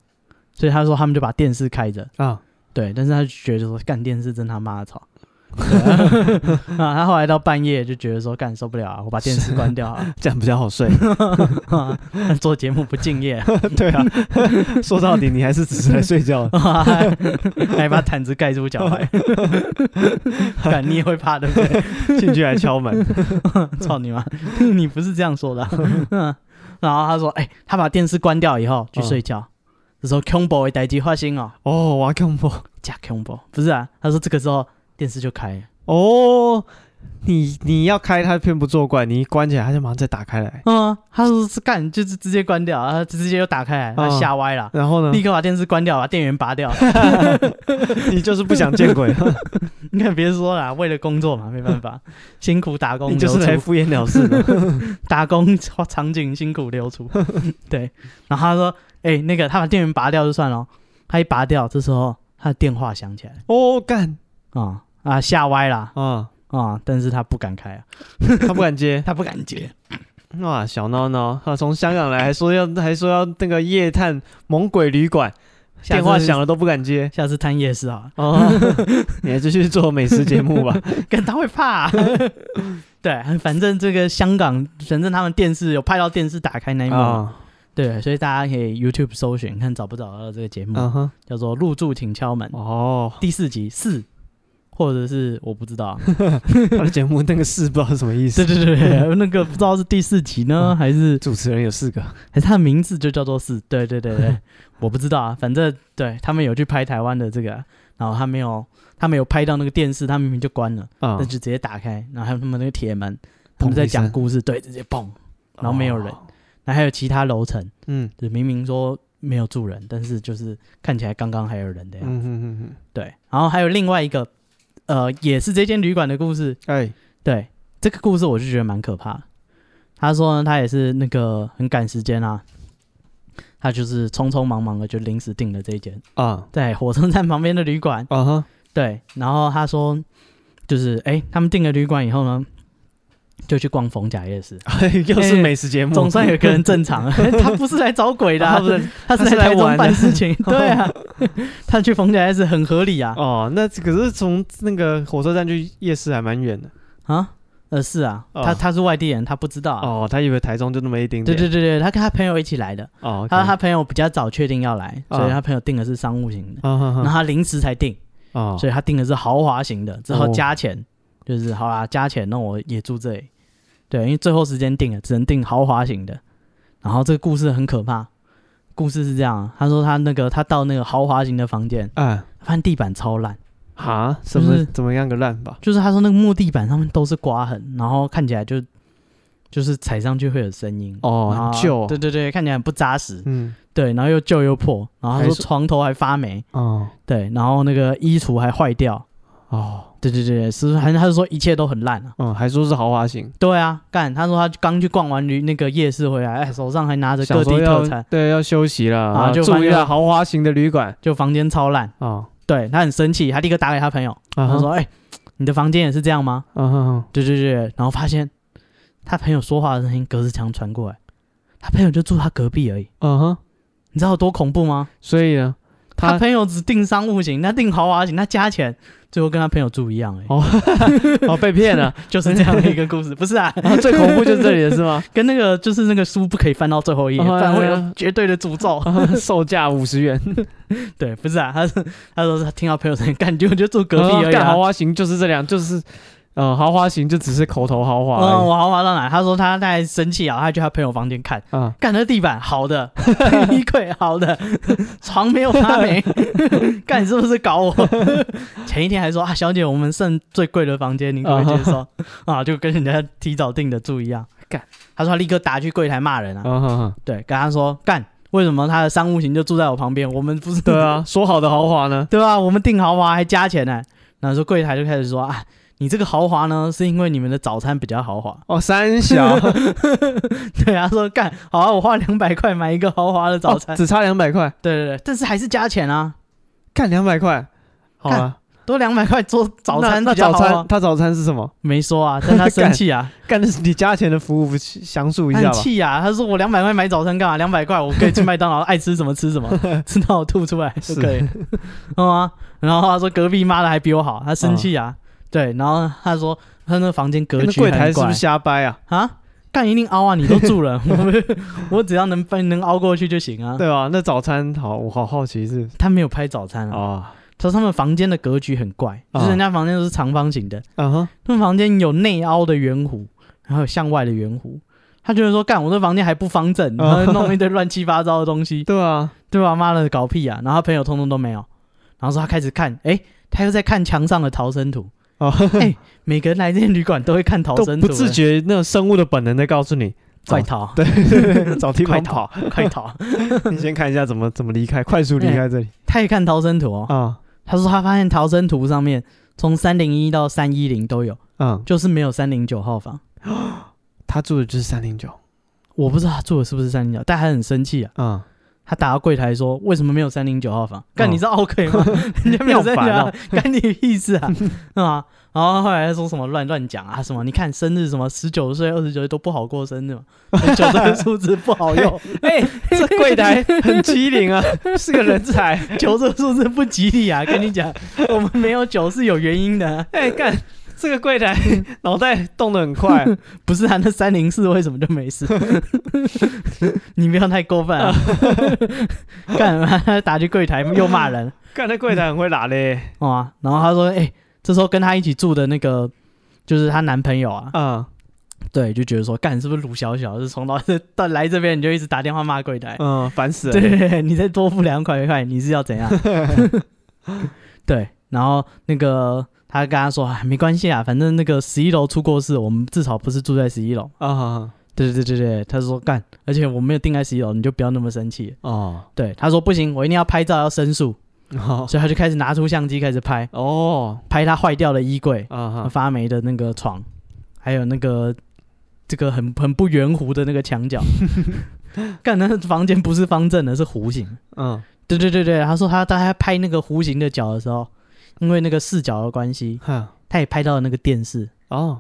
B: 所以他说他们就把电视开着，
A: 啊，
B: 对，但是他就觉得说干电视真他妈的吵。对啊，啊他后来到半夜就觉得说干受不了啊，我把电视关掉好
A: 这样比较好 睡。
B: 了，做节目不敬业，，
A: 对啊， 说到底你还是只是来睡觉
B: 还还把毯子盖住脚踝，干你也会怕对不对？
A: 进去还敲门，
B: 操你妈！你不是这样说的 啊、嗯，然后他说：“哎、他把电视关掉以后去睡
A: 嗯
B: 觉。这时候 combo 的代机发生哦，
A: 哦，我要恐怖，
B: 假 combo 不是啊？他说这个时候电视就开了。
A: 哦，你你要开它偏不作怪，你一关起来它就马上再打开来，
B: 嗯，他说是干，就是直接关掉，然后直接又打开来，
A: 嗯
B: 他吓歪了，
A: 然后呢
B: 立，刻把电视关掉，把电源拔掉。
A: 你就是不想见 鬼，
B: 你看别说了，为了工作嘛，没办法，辛苦打工
A: 嗯你就是
B: 留
A: 来
B: 出
A: 敷衍了事的。
B: 打工场景辛苦 流出，对。然后他说：“哎、那个他把电源拔掉就算了哦，他一拔掉，这时候他的电话响起来
A: 哦，干
B: 啊、啊，吓歪啦
A: 啊，
B: 啊、但是他不敢开啊，
A: 他不敢接，
B: 他不敢接，
A: 哇，小闹闹，他从香港来还说要还说要那个夜探猛鬼旅馆，
B: 下次
A: 电话响了都不敢接。
B: 下次探夜市 啊，
A: 哦， 你还是去做美食节目吧。
B: 跟他会怕、啊。 对，反正这个香港，反正他们电视有拍到电视打开那一幕，
A: 啊，
B: 对，所以大家可以 YouTube 搜寻看找不找到这个节目，
A: 嗯哼，
B: 叫做《入住请敲门》
A: 哦，
B: 第四集四，或者是我不知 道，
A: 他的节目那个四不知道是什么意 思
B: 对。对对， 那个不知道是第四集呢，
A: 嗯
B: 还是
A: 主持人有四个，
B: 还是他的名字就叫 做四？对对对对，我不知道啊，反正对他们有去拍台湾的这个，然后他没有，他没有拍到那个电视，他明明就关了，
A: 啊
B: 那、就直接打开，然后还有他们那个铁门，
A: 砰
B: 他们在
A: 一
B: 讲
A: 声
B: 故事，对，直接砰，然后没有人
A: 哦
B: 然后还有其他楼层，
A: 嗯
B: 就明明说没有住人，但是就是看起来刚刚还有人的
A: 嗯
B: 样子。
A: 嗯嗯嗯，
B: 对，然后还有另外一个，呃，也是这间旅馆的故事。
A: 哎，
B: 对，这个故事我就觉得蛮可怕的。他说呢，他也是那个很赶时间啊，他就是匆匆忙忙的就临时订了这一间
A: 啊
B: 在火车站旁边的旅馆。
A: 啊 哈，
B: 对，然后他说，就是哎、诶他们订了旅馆以后呢，就去逛逢甲夜市，
A: 哦又是美食节目，
B: 哎总算 有个人正常了。他不是来找鬼的啊、
A: 他不是
B: 他是
A: 哦他是
B: 来
A: 来
B: 台中
A: 玩的
B: 办事情，对啊，他去逢甲夜市很合理啊。
A: 哦，那可是从那个火车站去夜市还蛮远的
B: 啊，呃，是啊，
A: 哦
B: 他他是外地人，他不知道啊。
A: 哦，他以为台中就那么一丁
B: 对
A: 点，
B: 对对对，他跟他朋友一起来的，
A: 哦，
B: 他他朋友比较早确定要来，
A: 哦
B: 所以他朋友订的是商务型的，
A: 啊哈
B: 然后
A: 哈，
B: 他临时才订，
A: 哦，
B: 所以他订的是豪华型的，之后
A: 哦
B: 加钱，就是好啦，加钱，那我也住这里。对，因为最后时间定了，只能订豪华型的。然后这个故事很可怕，故事是这样啊，他说他那个他到那个豪华型的房间，
A: 啊
B: 发现地板超烂，
A: 哈，什
B: 啊就
A: 么
B: 是
A: 怎么样个烂吧？
B: 就是他说那个木地板上面都是刮痕，然后看起来就就是踩上去会有声音
A: 哦
B: 然后
A: 很旧
B: 啊对对对，看起来很不扎实，
A: 嗯，
B: 对，然后又旧又破，然后他
A: 还
B: 说
A: 是
B: 床头还发霉，
A: 哦
B: 对，然后那个衣橱还坏掉，
A: 哦，
B: 对对对，是还他就说一切都很烂啊，
A: 嗯，还说是豪华型，
B: 对啊，干，他说他刚去逛完旅那个夜市回来，哎，手上还拿着各
A: 想
B: 地
A: 说要
B: 特产，
A: 对要休息了，
B: 啊
A: 啊，
B: 就
A: 住
B: 发
A: 一
B: 现
A: 下豪华型的旅馆
B: 就房间超烂，
A: 哦，
B: 对他很生气，他立刻打给他朋友，
A: 啊
B: 他说，
A: 哈，
B: 哎，你的房间也是这样吗？
A: 啊哈，
B: 对对对，然后发现他朋友说话的声音隔着墙传过来，他朋友就住他隔壁而已，
A: 啊哈，
B: 你知道有多恐怖吗？
A: 所以呢，
B: 他
A: 他
B: 朋友只订商务型，他订豪华型，他加钱，最后跟他朋友住一样、欸，
A: 哦哦被骗 了，
B: 就是这样的一个故事，不是啊？
A: 啊，最恐怖就是这里了是吗？
B: 跟那个就是那个书不可以翻到最后一页，
A: 哦
B: 不然会
A: 哎
B: 有绝对的诅咒。
A: 啊 售价五十元，
B: 对， 不是啊，他是他说是他听到朋友声音，感觉我就住隔壁而已、
A: 干
B: 啊
A: 豪。华型就是这两，就是嗯，豪华型就只是口头豪华
B: 嗯，
A: 而已。
B: 我豪华到哪？他说他太生气啊，他去他朋友房间看，
A: 啊，
B: 干那地板 好的，衣柜好的，床没有发 霉，干你是不是搞我？ 前一天还说啊，小姐，我们剩最贵的房间，您可不可以接受？啊，就跟人家提早订的住一样。
A: 哦干，
B: 他说他立刻打去柜台骂人啊，
A: 嗯哼哼，
B: 对，跟他说干，为什么他的商务型就住在我旁边？我们不是
A: 对 啊，说好的豪华呢？
B: 对吧、我们订豪华还加钱呢、然后说柜台就开始说啊，你这个豪华呢，是因为你们的早餐比较豪华。
A: 哦，三小，
B: 对啊，说干好啊，我花两百块买一个豪华的早餐。
A: 哦只差两百块，
B: 对对对，但是还是加钱啊，
A: 干两百块，好啊。
B: 多两百块做早餐
A: 那那
B: 比较啊
A: 早
B: 豪华
A: 餐，他早餐是什么？
B: 没说啊，但他生
A: 干
B: 气啊，
A: 干的是你加钱的服务不起详述一
B: 他
A: 下
B: 很
A: 吧。
B: 气啊，他说我两百块买早餐干嘛？两百块我可以去麦当 劳，爱吃什么吃什么， 吃到我吐出来就是可以，嗯啊。然后他说隔壁妈的还比我好，他生气啊，对，然后他说他那房间格
A: 哦那
B: 局
A: 柜台
B: 很
A: 是不
B: 怪
A: 是瞎掰啊？
B: 啊，干一定凹啊，你都住了， 我我只要能翻能凹过去就行啊。
A: 对啊，那早餐好，我好好奇是
B: 他没有拍早餐啊，
A: 啊，
B: 他说他们房间的格局很怪，
A: 啊
B: 就是人家房间都是长方形的，
A: 嗯哼，
B: 他们房间有内凹的圆弧，然后有向外的圆弧。他觉得说，干我这房间还不方正，然
A: 哦
B: 后弄一堆乱七八糟的东西，
A: 对啊，
B: 对吧？妈的，搞屁啊！然后他朋友通通都没有，然后说他开始看，诶，他又在看墙上的逃生图。
A: 哦
B: 哎，每个人来这间旅馆都会看逃
A: 都
B: 生图，
A: 不自觉，哦那种生物的本能在告诉 你，
B: 快逃，
A: 对，找地
B: 快
A: 方
B: 逃
A: 跑，，
B: 快逃！
A: 你先看一下怎么怎么离开，快速离开这里
B: 他也看逃生图哦，
A: 啊，
B: 他说他发现逃生图上面从三零一到三一零都有，
A: 嗯，
B: 就是没有三零九号房。
A: 他住的就是三零九，
B: 我不知道他住的是不是三零九，但他很生气啊。
A: 嗯，
B: 他打到柜台说：“为什么没有三零九号房？干，
A: 嗯
B: 你知道 OK 吗？人家没有
A: 你好
B: 三
A: 烦
B: 零
A: 哦
B: 九，干你屁事啊！ 是吗？”然后后来他说什么乱乱讲啊，什么你看生日什么十九岁、二十九岁都不好过生日嘛，九这个数字不好 用，
A: 哎，这柜台很机灵 啊，是个人才，
B: 九这个数字不吉利啊！跟你讲，我们没有九是有原因的啊、
A: 哎，干，这个 柜台脑袋动得很快，
B: 不是啊，那三零四为什么就没事？ 你不要太过分啊！ 干嘛打去柜台又骂人
A: 干，那柜台很会拉 嘞，
B: 哦啊！然后他说：“哎、这时候跟他一起住的那个就是她男朋友啊，
A: 嗯
B: 对，就觉得说干是不是鲁小小，是从到 到来这边你就一直打电话骂柜台，
A: 嗯，烦死了，
B: 对，你再多付两块 块，你是要怎样？对，然后那个他跟他说：哎，没关系啊，反正那个十一楼出过事，我们至少不是住在十一楼。”
A: 啊，
B: 对对对对，他说干，而且我没有定在十一楼，你就不要那么生气。
A: 哦，
B: 对，他说不行，我一定要拍照要申诉，
A: 哦，
B: 所以他就开始拿出相机开始拍，
A: 哦，
B: 拍他坏掉的衣柜、
A: 啊哈，
B: 发霉的那个床，还有那个这个很很不圆弧的那个墙角。 干，那房间不是方正的，是弧形。
A: 嗯，
B: 对对对对，他说他当他拍那个弧形的角的时候，因为那个视角的关系，
A: 哈，
B: 他也拍到了那个电视。
A: 哦，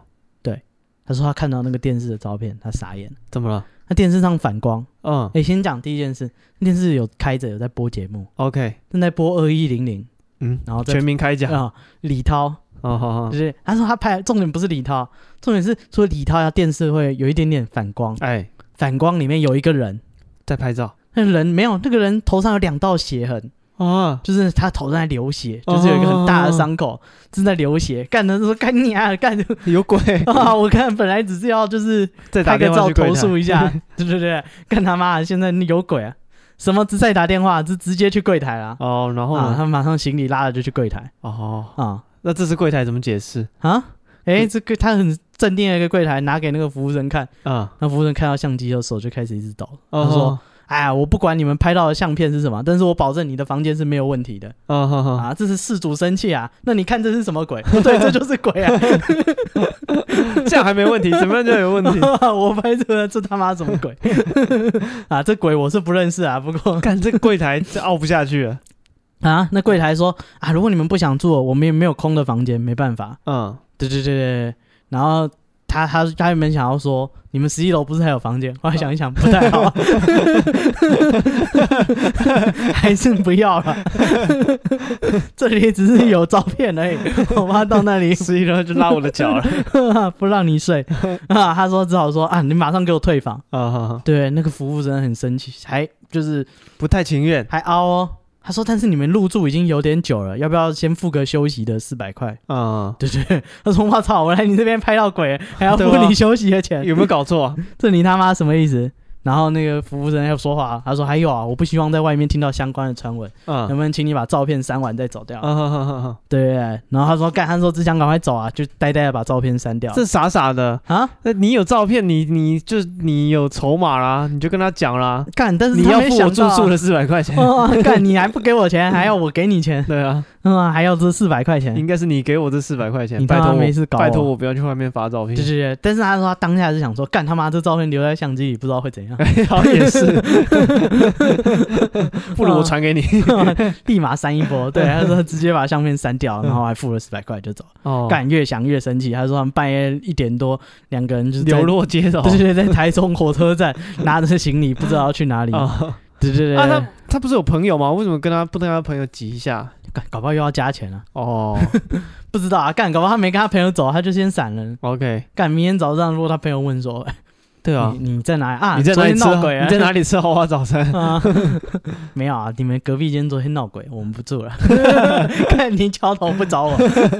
B: 他说他看到那个电视的照片，他傻眼了。
A: 怎么了？
B: 那电视上反光，
A: 嗯
B: 哎、先讲第一件事，电视有开着，有在播节目，
A: ，OK，
B: 正在播二一零零，
A: 嗯，
B: 然后再
A: 全民开讲，
B: 啊、李涛，
A: 哦，好好
B: 就，是他说他拍，重点不是李涛，重点是除了李涛，他电视会有一点点反光，
A: 哎，
B: 反光里面有一个人，
A: 在拍照
B: 那人没有，那个人头上有两道血痕，
A: 啊，
B: 就是他头上在流血，就是有一个很大的伤口，正在流血，干的说干你啊，干
A: 有鬼，
B: 啊！我看本来只是要就是
A: 再打
B: 拍个
A: 电话
B: 照
A: 去柜
B: 投
A: 台
B: 诉 一下，对对对，干他妈的，现在有鬼啊！什么只再打电话，就直接去柜台啦。
A: 哦，然后
B: 啊，
A: 呢？
B: 他马上行李拉了就去柜台
A: 哦，
B: 啊
A: 那这次柜台怎么解释？
B: 啊！哎、
A: 嗯
B: 这个他很镇定的一个柜台拿给那个服务生看，
A: 啊，
B: 那服务生看到相机后手就开始一直抖，
A: 哦
B: 他说，：“哎呀，我不管你们拍到的相片是什么，但是我保证你的房间是没有问题的
A: 哦，好好，
B: 啊！这是事主生气啊，那你看这是什么鬼？ 对，这就是鬼啊！
A: 这样还没问题，怎么样就有问 题？
B: 我拍这个这他妈什么鬼 啊？这鬼我是不认识啊，不过
A: 看这柜台这傲不下去了，
B: 啊，那柜台说啊，如果你们不想住，我们也没有空的房间，没办法。”
A: 嗯，
B: 对对对对，对然后他他他原本想要说，你们十一楼不是还有房间？后来想一想，不太 好，还是不 要了。这里只是有照片而已， 我妈到那里
A: 十一楼就拉我的脚了，
B: 不让你睡啊。他说只好说啊，你马上给我退房。
A: 啊，好好
B: 对，那个服务生很生气，还就是
A: 不太情愿，
B: 还凹哦，他说：“但是你们入住已经有点久了，要不要先付个休息的四百块
A: 嗯？”，
B: 对对，对他说：“我操，我来你这边拍到鬼，还要
A: 对
B: 付
A: 啊
B: 你休息的钱，
A: 有没有搞错啊？
B: 这你他妈什么意思？”然后那个服务生又说话，他说：“还有啊，我不希望在外面听到相关的传闻， 能
A: 嗯，
B: 不能请你把照片删完再走掉？”
A: 啊哈哈哈哈，
B: 对对对，然后他说：“干，他说只想赶快走啊，就呆呆的把照片删掉。
A: 这傻傻的。”
B: 啊，
A: 那你有照片，你你就你有筹码啦，你就跟他讲啦，
B: 干！但是
A: 你
B: 他
A: 要
B: 没
A: 付
B: 想
A: 我住
B: 到啊
A: 宿的四百块钱。
B: 哦，干你还不给我 钱，还要我给你钱，
A: 对啊，
B: 嗯，还要这四百块钱，
A: 应该是你给我这四百块钱，
B: 你
A: 拜
B: 他妈
A: 托我
B: 没事搞我啊
A: 拜托我不要去外面发照片
B: 对对。对。但是他说他当下是想说，干他妈这照片留在相机里，不知道 会怎样，
A: 哎好像也 是，不如我传给你。
B: 立马删一波。对，他说直接把相片删 掉，然后还付了四百块就走。
A: 哦，
B: 干越想越生气，他说他们半夜一点多，两个人就是在
A: 流。落街头。
B: 对 对对，在台中火车站 拿着行李不知道要去哪里。
A: 啊，
B: 对对对，
A: 啊
B: 对
A: 他他不是有朋友吗？为什么跟他不跟他朋友挤一下？
B: 干搞不好又要加钱了，啊
A: 哦
B: 不知道啊。干，搞不好他没跟他朋友走，他就先闪了。
A: ，OK，
B: 干，明天早上如果他朋友问说，
A: 对啊，
B: 你你在哪里啊？
A: 你在哪里
B: 昨
A: 吃
B: 天闹鬼啊？
A: 你在哪里吃豪华早餐？
B: 啊， 没有啊，你们隔壁间昨天闹鬼，我们不住 了。看你敲头不找我，？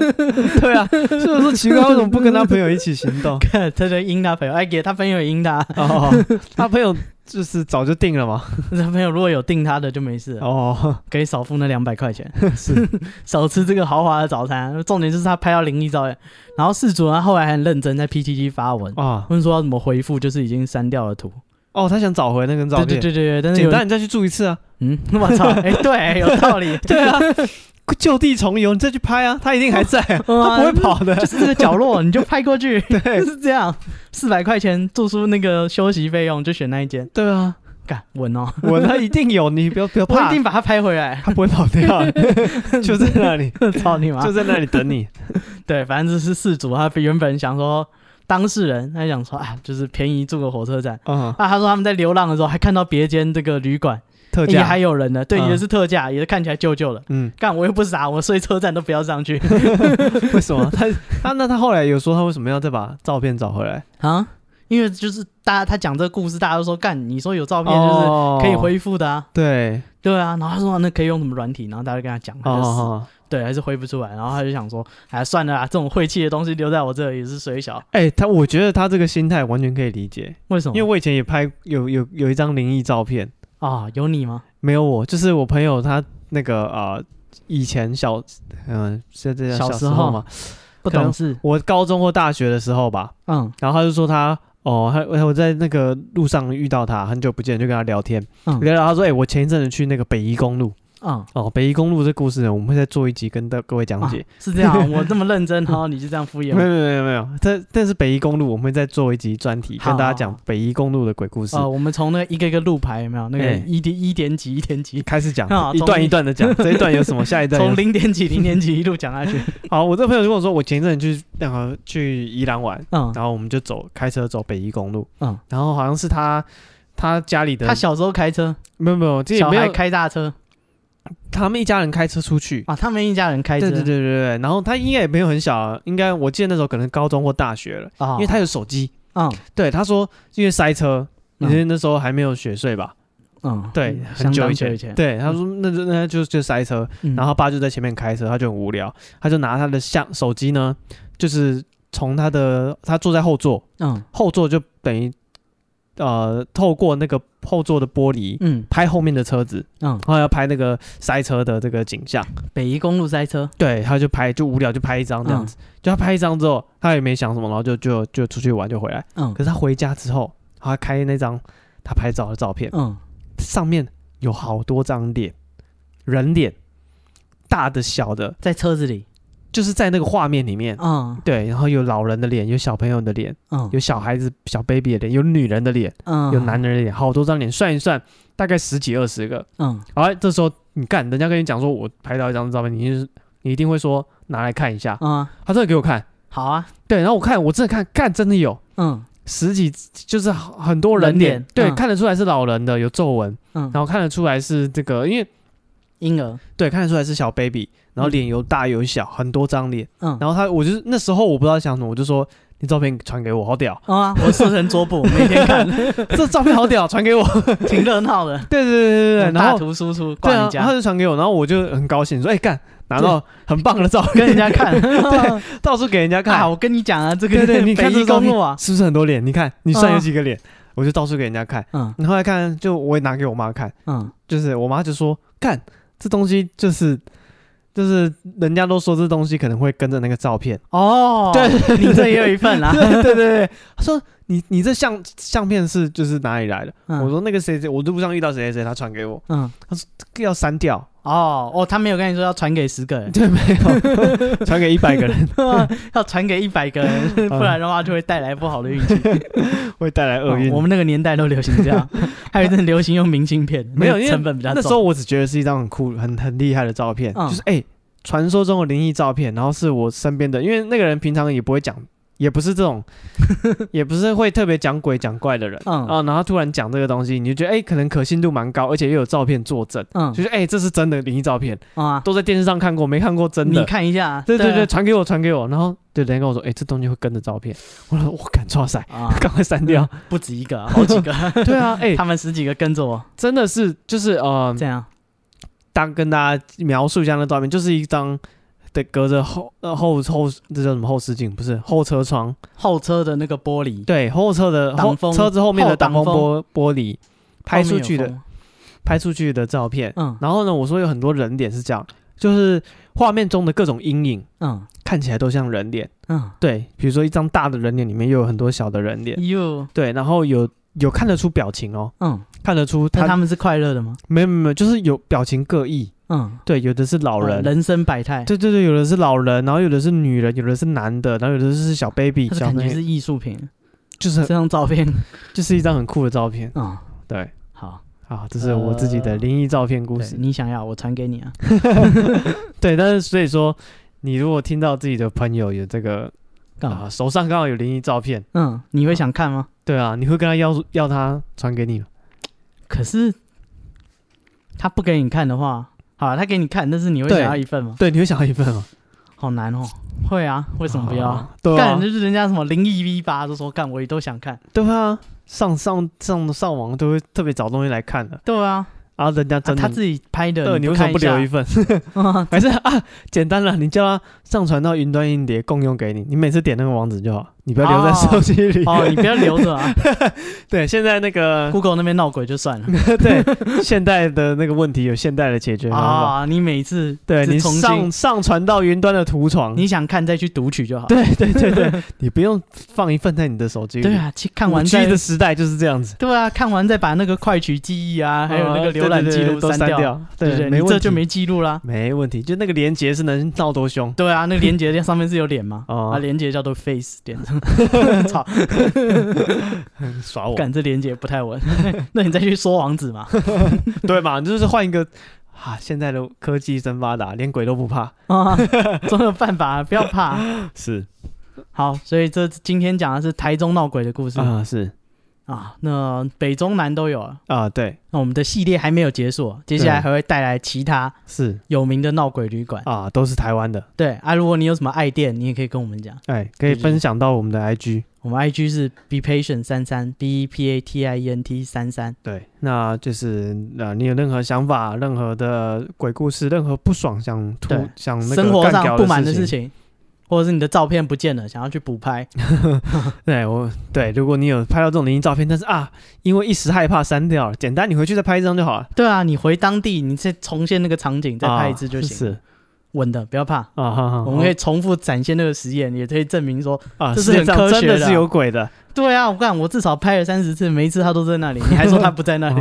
A: 对啊，所以我说奇怪，为什么不跟他朋友一起行动
B: 看他就阴他朋友，哎，给他朋友也阴他，
A: 哦， 他朋友就是早就定了嘛。
B: 他朋友如果有订他的就没事了，
A: 哦，
B: 可以少付那两百块钱，
A: 是，
B: 少吃这个豪华的早餐。重点就是他拍到灵异照片，然后事主呢后来还很认真在 PTT 发文。
A: 啊，
B: 问说要怎么回复，就是已经删掉了图。
A: 哦，他想找回那根照
B: 对对
A: 片。
B: 对对对，但是
A: 简
B: 有
A: 单，你再去住一次啊！
B: 嗯，我操，哎、对，有道理，
A: 对啊， 就地重游，你再去拍啊，他一定还在 啊，他不会跑的。
B: 就是这个角落，你就拍过去，
A: 对
B: 就是这样。四百块钱住宿那个休息费用，就选那一间，
A: 对啊，
B: 干稳哦，
A: 我那一定有，你不要不要
B: 我一
A: 怕，
B: 定把它拍回来。
A: 他不会跑 掉的，就在那里，
B: 操你妈
A: 就！在那里等你。
B: 对，反正这是事主，他原本想说当事人，他想说啊，就是便宜住个火车站。
A: 啊，
B: 啊，他说他们在流浪的时候还看到别间这个旅馆
A: 特
B: 也
A: 价
B: 还，有人呢，对，
A: 嗯
B: 也是特价，也是看起来旧旧的。
A: 嗯，
B: 干，我又不傻，我睡车站都不要上去
A: 为什 么他他那他后来有说他为什么要再把照片找回来？
B: 啊，因为就是大家他讲这个故事，大家都说干，你说有照片就是
A: 哦
B: 可以恢复的啊。
A: 对，
B: 对啊，然后他说那可以用什么软体，然后大家就跟他讲，他就死、
A: 哦，
B: 对，还是挥不出来，然后他就想说，哎，算了啦，这种晦气的东西留在我这里也是水小，
A: 哎，他我觉得他这个心态完全可以理解，
B: 为什么？
A: 因为我以前也拍有有有一张灵异照片，
B: 啊、有你吗？
A: 没有我，就是我朋友他那个啊。以前小，嗯，是这叫
B: 小时
A: 时
B: 候
A: 候嘛，
B: 不懂事，
A: 我高中或大学的时候吧，
B: 嗯
A: 然后他就说他哦，他我在那个路上遇到他，很久不见，就跟他聊天，
B: 嗯
A: 聊聊他说，哎、我前一阵子去那个北宜公路
B: 嗯，
A: 哦，北宜公路这故事呢，我们会再做一集跟大各位讲
B: 啊
A: 解。
B: 是这样啊，我这么 认真，然后你就这样敷衍
A: 没有
B: 我，
A: 没有没有没有，但但是北宜公路我们会再做一集专题，
B: 好
A: 跟大家
B: 好
A: 讲
B: 好
A: 北宜公路的鬼故事，
B: 呃，我们从那一个一个路牌有没有那个
A: 哎
B: 一点一点几一点几，
A: 开始讲
B: 好，
A: 一段
B: 从
A: 一段的 讲，这一段有什么，下一段有
B: 从零点几零点几一路讲 下去，
A: 好。我这朋友就跟我说，我前一阵子去那个去宜兰玩，
B: 嗯，
A: 然后我们就走开车走北宜公路，
B: 嗯
A: 然后好像是他他家里的，
B: 他小时候开车，
A: 没有没有，这也
B: 小
A: 没
B: 孩
A: 有，
B: 开大车
A: 他们一家人开车出去，
B: 啊，他们一家人开车，
A: 对对对对对，然后他应该也没有很小、啊，应该我记得那时候可能高中或大学了，
B: 啊，
A: 因为他有手机。
B: 嗯
A: 对，他说因为塞车，因为那时候还没有雪隧吧？
B: 嗯，
A: 对，很
B: 相
A: 久
B: 当
A: 以
B: 久
A: 前。
B: 以前，
A: 对，他说那就那就就塞车，
B: 嗯
A: 然后他爸就在前面开车，他就很无聊，他就拿他的相手机呢，就是从他的他坐在后座，
B: 嗯
A: 后座就等于呃透过那个后座的玻璃。
B: 嗯
A: 拍后面的车子，
B: 嗯，
A: 然后要拍那个塞车的这个景象，
B: 北宜公路塞车，
A: 对，他就拍就无聊就拍一张这样子，
B: 嗯
A: 就他拍一张之后，他也没想什么，然后就就就出去玩就回来。
B: 嗯
A: 可是他回家之后，他开那张他拍照的照片，
B: 嗯，
A: 上面有好多张脸，人脸，大的小的，
B: 在车子里，
A: 就是在那个画面里面。
B: 嗯
A: 对，然后有老人的脸，有小朋友的脸，
B: 嗯
A: 有小孩子、小 baby 的脸，有女人的脸，
B: 嗯
A: 有男人的脸，好多张脸，算一算，大概十几二十个。
B: 嗯
A: 好，这时候你看，人家跟你讲说，我拍到一张照片，你就是你一定会说拿来看一下。
B: 嗯，
A: 他真的给我看，
B: 好啊，
A: 对，然后我看，我真的看，干真的有
B: 嗯
A: 十几，就是很多人
B: 人
A: 脸，
B: 脸
A: 对，
B: 嗯
A: 看得出来是老人的，有皱纹，
B: 嗯，
A: 然后看得出来是这个，因为
B: 婴儿，
A: 对，看得出来是小 baby，然后脸有大有小，很多张脸，
B: 嗯
A: 然后他，我就是那时候我不知道想什么，我就说你照片传给我，好屌，
B: 哦 啊，我设成桌布，每天看，
A: 这照片好屌，传给我。
B: 挺热闹的。
A: 对对对对对，然
B: 大
A: 后
B: 图输
A: 对
B: 出挂
A: 啊
B: 你，家，
A: 他就传给我，然后我就很高兴，说哎干，拿到很棒的照片，
B: 跟人 家看。
A: 到处给人家
B: 啊，
A: 看，
B: 我跟你讲啊，这个
A: 对 对，你看
B: 北
A: 这
B: 宜
A: 照
B: 公
A: 片
B: 路啊，
A: 是不是很多脸？你看你上有
B: 嗯
A: 几个脸，我就到处给人家看。
B: 嗯
A: 然后来看，就我也拿给我妈看，
B: 嗯，
A: 就是我妈就说：“干，这东西就是，就是人家都说这东西可能会跟着那个照片。
B: 哦，
A: 对，。
B: 你这也有一份 啊啦
A: 对对对对，她说：“你你这相相片是就是哪里来的？”
B: 嗯
A: 我说：“那个谁谁，我路上遇到谁谁谁，他传给我，
B: 嗯，
A: 要删掉，
B: 哦哦，他没有跟你说要传给十个 人，
A: 对，没有 传给一百个人，
B: 要传给一百 个人，不然的话就会带来不好的运气。
A: 会带来厄运。
B: 哦我们那个年代都流行这 样，还有一阵流行用明信片，
A: 没有
B: 那个
A: 因为
B: 成本比较
A: 那时
B: 重。
A: 候我只觉得是一张很酷、很很厉害的照片，
B: 嗯
A: 就是哎，欸传、说中的灵异照片，然后是我身边的，因为那个人平常也不会讲，也不是这 种，也不是会特别讲鬼讲怪的人。
B: 嗯
A: 啊，然后突然讲这个东西，你就觉得哎、欸可能可信度蛮高，而且又有照片作证，
B: 嗯
A: 就是哎、欸这是真的灵异照片，
B: 啊，
A: 都在电视上看过，没看过真
B: 你
A: 的。
B: 看一下，
A: 对对对，
B: 啊
A: 传给我，传给我。然后对，人家跟我说，哎、这东西会跟着照片。我说，我敢抓塞，
B: 啊，
A: 赶快删掉。
B: 不止一个，好 几个，
A: 对 啊，哎、
B: 他们十几个跟着我，
A: 真的是，就是呃，
B: 这样
A: 当跟大家描述一下那照片，就是一张的隔着后呃后后这叫什么后视镜？不是后车窗，
B: 后车的那个玻璃
A: 对后车的后
B: 挡风
A: 车子后面的
B: 后
A: 挡
B: 挡
A: 风
B: 风
A: 玻玻璃拍出去，
B: 后
A: 的嗯
B: 面
A: 拍出去的照片
B: 有。风
A: 然后呢，我说有很多人脸是这样，就是画面中的各种阴影
B: 嗯
A: 看起来都像人脸。
B: 嗯
A: 对，比如说一张大的人脸里面又有很多小的人脸
B: 嗯，，哟
A: 对，然后有有看得出表情哦，
B: 嗯，
A: 看得出
B: 那
A: 他
B: 他们是快乐的吗？
A: 没有没有没有，就是有表情各异。
B: 嗯，
A: 对，有的是老人
B: 哦，人生百态，
A: 对对对，有的是老人，然后有的是女人，有的是男的，然后有的是小 baby，
B: 它是
A: 小
B: 感觉
A: 妹，
B: 是艺术品，
A: 就是
B: 这张照片
A: 就是一张很酷的照片。
B: 啊，
A: 对，
B: 好，
A: 啊，这是我自己的灵异照片故
B: 对
A: 事。
B: 你想要我传给你啊，
A: 对，但是所以说，你如果听到自己的朋友有这个
B: 干
A: 啊、
B: 嘛？
A: 手上刚好有灵异照片，
B: 嗯，你会想看吗？
A: 对啊，你会跟他要要他传给你吗？
B: 可是他不给你看的话，好啦，他给你看，但是你会
A: 对
B: 想要一份吗？
A: 对，你会想要一份吗？
B: 好难哦。会啊，为
A: 为
B: 什么不要？
A: 对
B: 干、
A: 啊，
B: 就是人家什么零一 V 八都说干，我也都想看。
A: 对啊，上上上上网都会特别找东西来看的，
B: 对啊，
A: 然后人家
B: 啊
A: 真的、
B: 他自己拍的，
A: 对，
B: 你
A: 你为什么不留一
B: 看一
A: 份？
B: 下？
A: 还是啊，简单了，你叫他上传到云端硬碟共用给你，你每次点那个网址就好，你不要留在手机里。
B: 哦，你不要留 着啊
A: 对，现在那个
B: ，Google 那边闹鬼就算了。
A: 对现代的那个问题有现代的解决方法。
B: 啊，你每次
A: 对
B: 是
A: 你
B: 重新
A: 上上传到云端的图床，
B: 你想看再去读取就好。
A: 对对对对，你不用放一份在你的手机里。
B: 对，啊，去看完
A: G
B: 再
A: 的时代就是这样子。
B: 对啊，看完再把那个快取记忆啊，还有那个浏览记
A: 哦对对对
B: 录
A: 都删
B: 掉，
A: 掉，
B: 对不
A: 对，
B: 对？
A: 没
B: 你
A: 问
B: 这
A: 题
B: 就没记录啦。
A: 没问题，就那个连接是能闹多凶。
B: 对啊，那个连接上面是有脸吗？
A: 哦
B: 啊，连接叫做 face 点， 操，
A: 耍我，
B: 干这连接不太稳。 那你再去说网址嘛？
A: 对嘛？就是换一个啊，现在的科技真发达，连鬼都不怕。
B: 啊，总有办法，啊不要怕。
A: 是
B: 好，所以这今天讲的是台中闹鬼的故事
A: 啊，是
B: 啊。那北中南都有了。
A: 啊，对，
B: 那我们的系列还没有结束，接下来
A: 对
B: 还会带来其他
A: 是
B: 有名的闹鬼旅馆。
A: 啊，都是台湾的，
B: 对啊，如果你有什么爱店，你也可以跟我们讲。
A: 哎，可以
B: 就是
A: 分享到我们的 IG。
B: 我们 IG 是 be patient 三三 b e p a t i e n t 三三。
A: 对，那就是呃，你有任何想法、任何的鬼故事、任何不爽想吐
B: 对、
A: 想嗯那个
B: 生活
A: 干
B: 上
A: 掉
B: 不满的
A: 事
B: 事，情，或者是你的照片不见了，想要去补拍，
A: 对我对，如果你有拍到这种灵异照片，但是啊，因为一时害怕删掉了，简单你回去再拍一张就好了，
B: 对啊，你回当地，你再重现那个场景，再拍一次就行，
A: 啊
B: 稳的，不要怕。
A: 是啊，哈哈
B: 我们可以重复展现那个实验，也可以证明说，
A: 啊，
B: 这
A: 世
B: 是
A: 界
B: 很
A: 上
B: 科
A: 真
B: 学
A: 的
B: 的
A: 是
B: 啊
A: 有鬼 的，
B: 对啊，我看我至少拍了三十次，每一次他都在那里，你还说他不在 那里。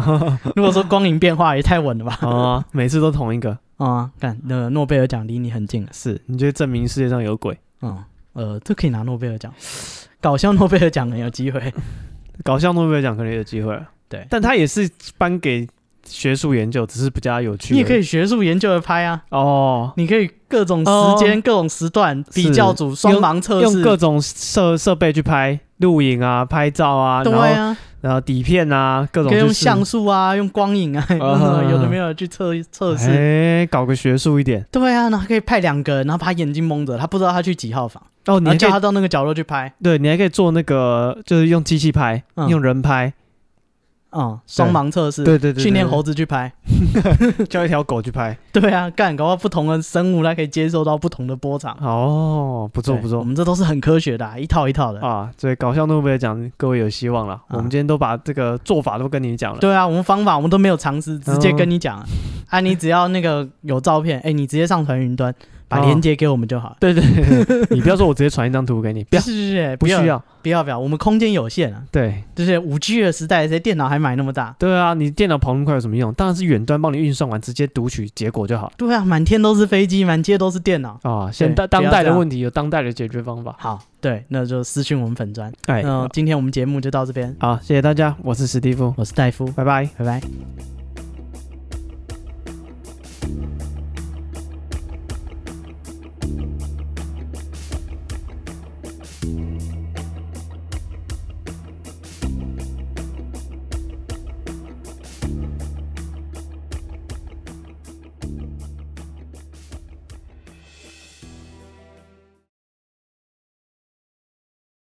B: 如果说光影变化也太稳了吧？
A: 啊，每次都同一个，
B: 啊、看那诺贝尔奖离你很近了。
A: 是，你就证明世界上有鬼，
B: 嗯，呃，这可以拿诺贝尔奖，搞笑诺贝尔奖很有机会。
A: 搞笑诺贝尔奖可能有机会了，
B: 对
A: 但他也是颁给学术研究，只是比较有趣而已，
B: 你也可以学术研究的拍啊，
A: 哦，
B: 你可以各种时间、各种时段比较组双盲测
A: 用
B: 试，
A: 各种设设备去拍录影啊、拍照啊，
B: 对
A: 然后
B: 啊，
A: 然后底片啊，各种
B: 可以
A: 去
B: 用
A: 试
B: 像素啊，用光影啊，有的没有去测测试。
A: 哎，搞个学术一点
B: 对啊，然后可以派两个人，然后把他眼睛蒙着，他不知道他去几号房，
A: 哦。你还
B: 然后
A: 可
B: 叫
A: 以
B: 他到那个角落去拍。
A: 对你还可以做那个，就是用机器拍，
B: 嗯
A: 用人拍，
B: 嗯，双盲测试，
A: 对对对对，
B: 训练
A: 对
B: 猴子去拍。
A: 叫一条狗去拍。
B: 对啊，干，搞到不同的生物它可以接受到不同的波长。
A: 哦，不错
B: 对
A: 不
B: 我
A: 错
B: 们这都是很科学的啊、一套一套的。
A: 啊！所以搞笑诺贝尔奖，各位有希望了。
B: 啊
A: 我们今天都把这个做法都跟你讲了。
B: 对啊，我们方法我们都没有尝试，直
A: 哦
B: 接跟你讲啊，啊你只要那个有照片，哎、你直接上传云端，把
A: 哦
B: 链接给我们就好了。
A: 对对对，对你不要说我直接传一张图给你，不要
B: 是是是，
A: 不
B: 要
A: 需要。
B: 不要不要，我们空间有限啊，
A: 对
B: 就是五 G 的时代，谁电脑还买那么大？
A: 对啊，你电脑跑那么快有什么用？当然是远端帮你运算完，直接读取结果就好了。
B: 对啊，满天都是飞机，满街都是电脑。
A: 啊，现
B: 对
A: 代
B: 不要
A: 当代
B: 这
A: 的
B: 样
A: 问题有当代的解决方法。
B: 好，对，那就私讯我们粉砖。
A: 哎，
B: 那今天我们节目就到这边，
A: 好，谢谢大家，我是史蒂夫，
B: 我是戴夫，
A: 拜拜。
B: 拜拜。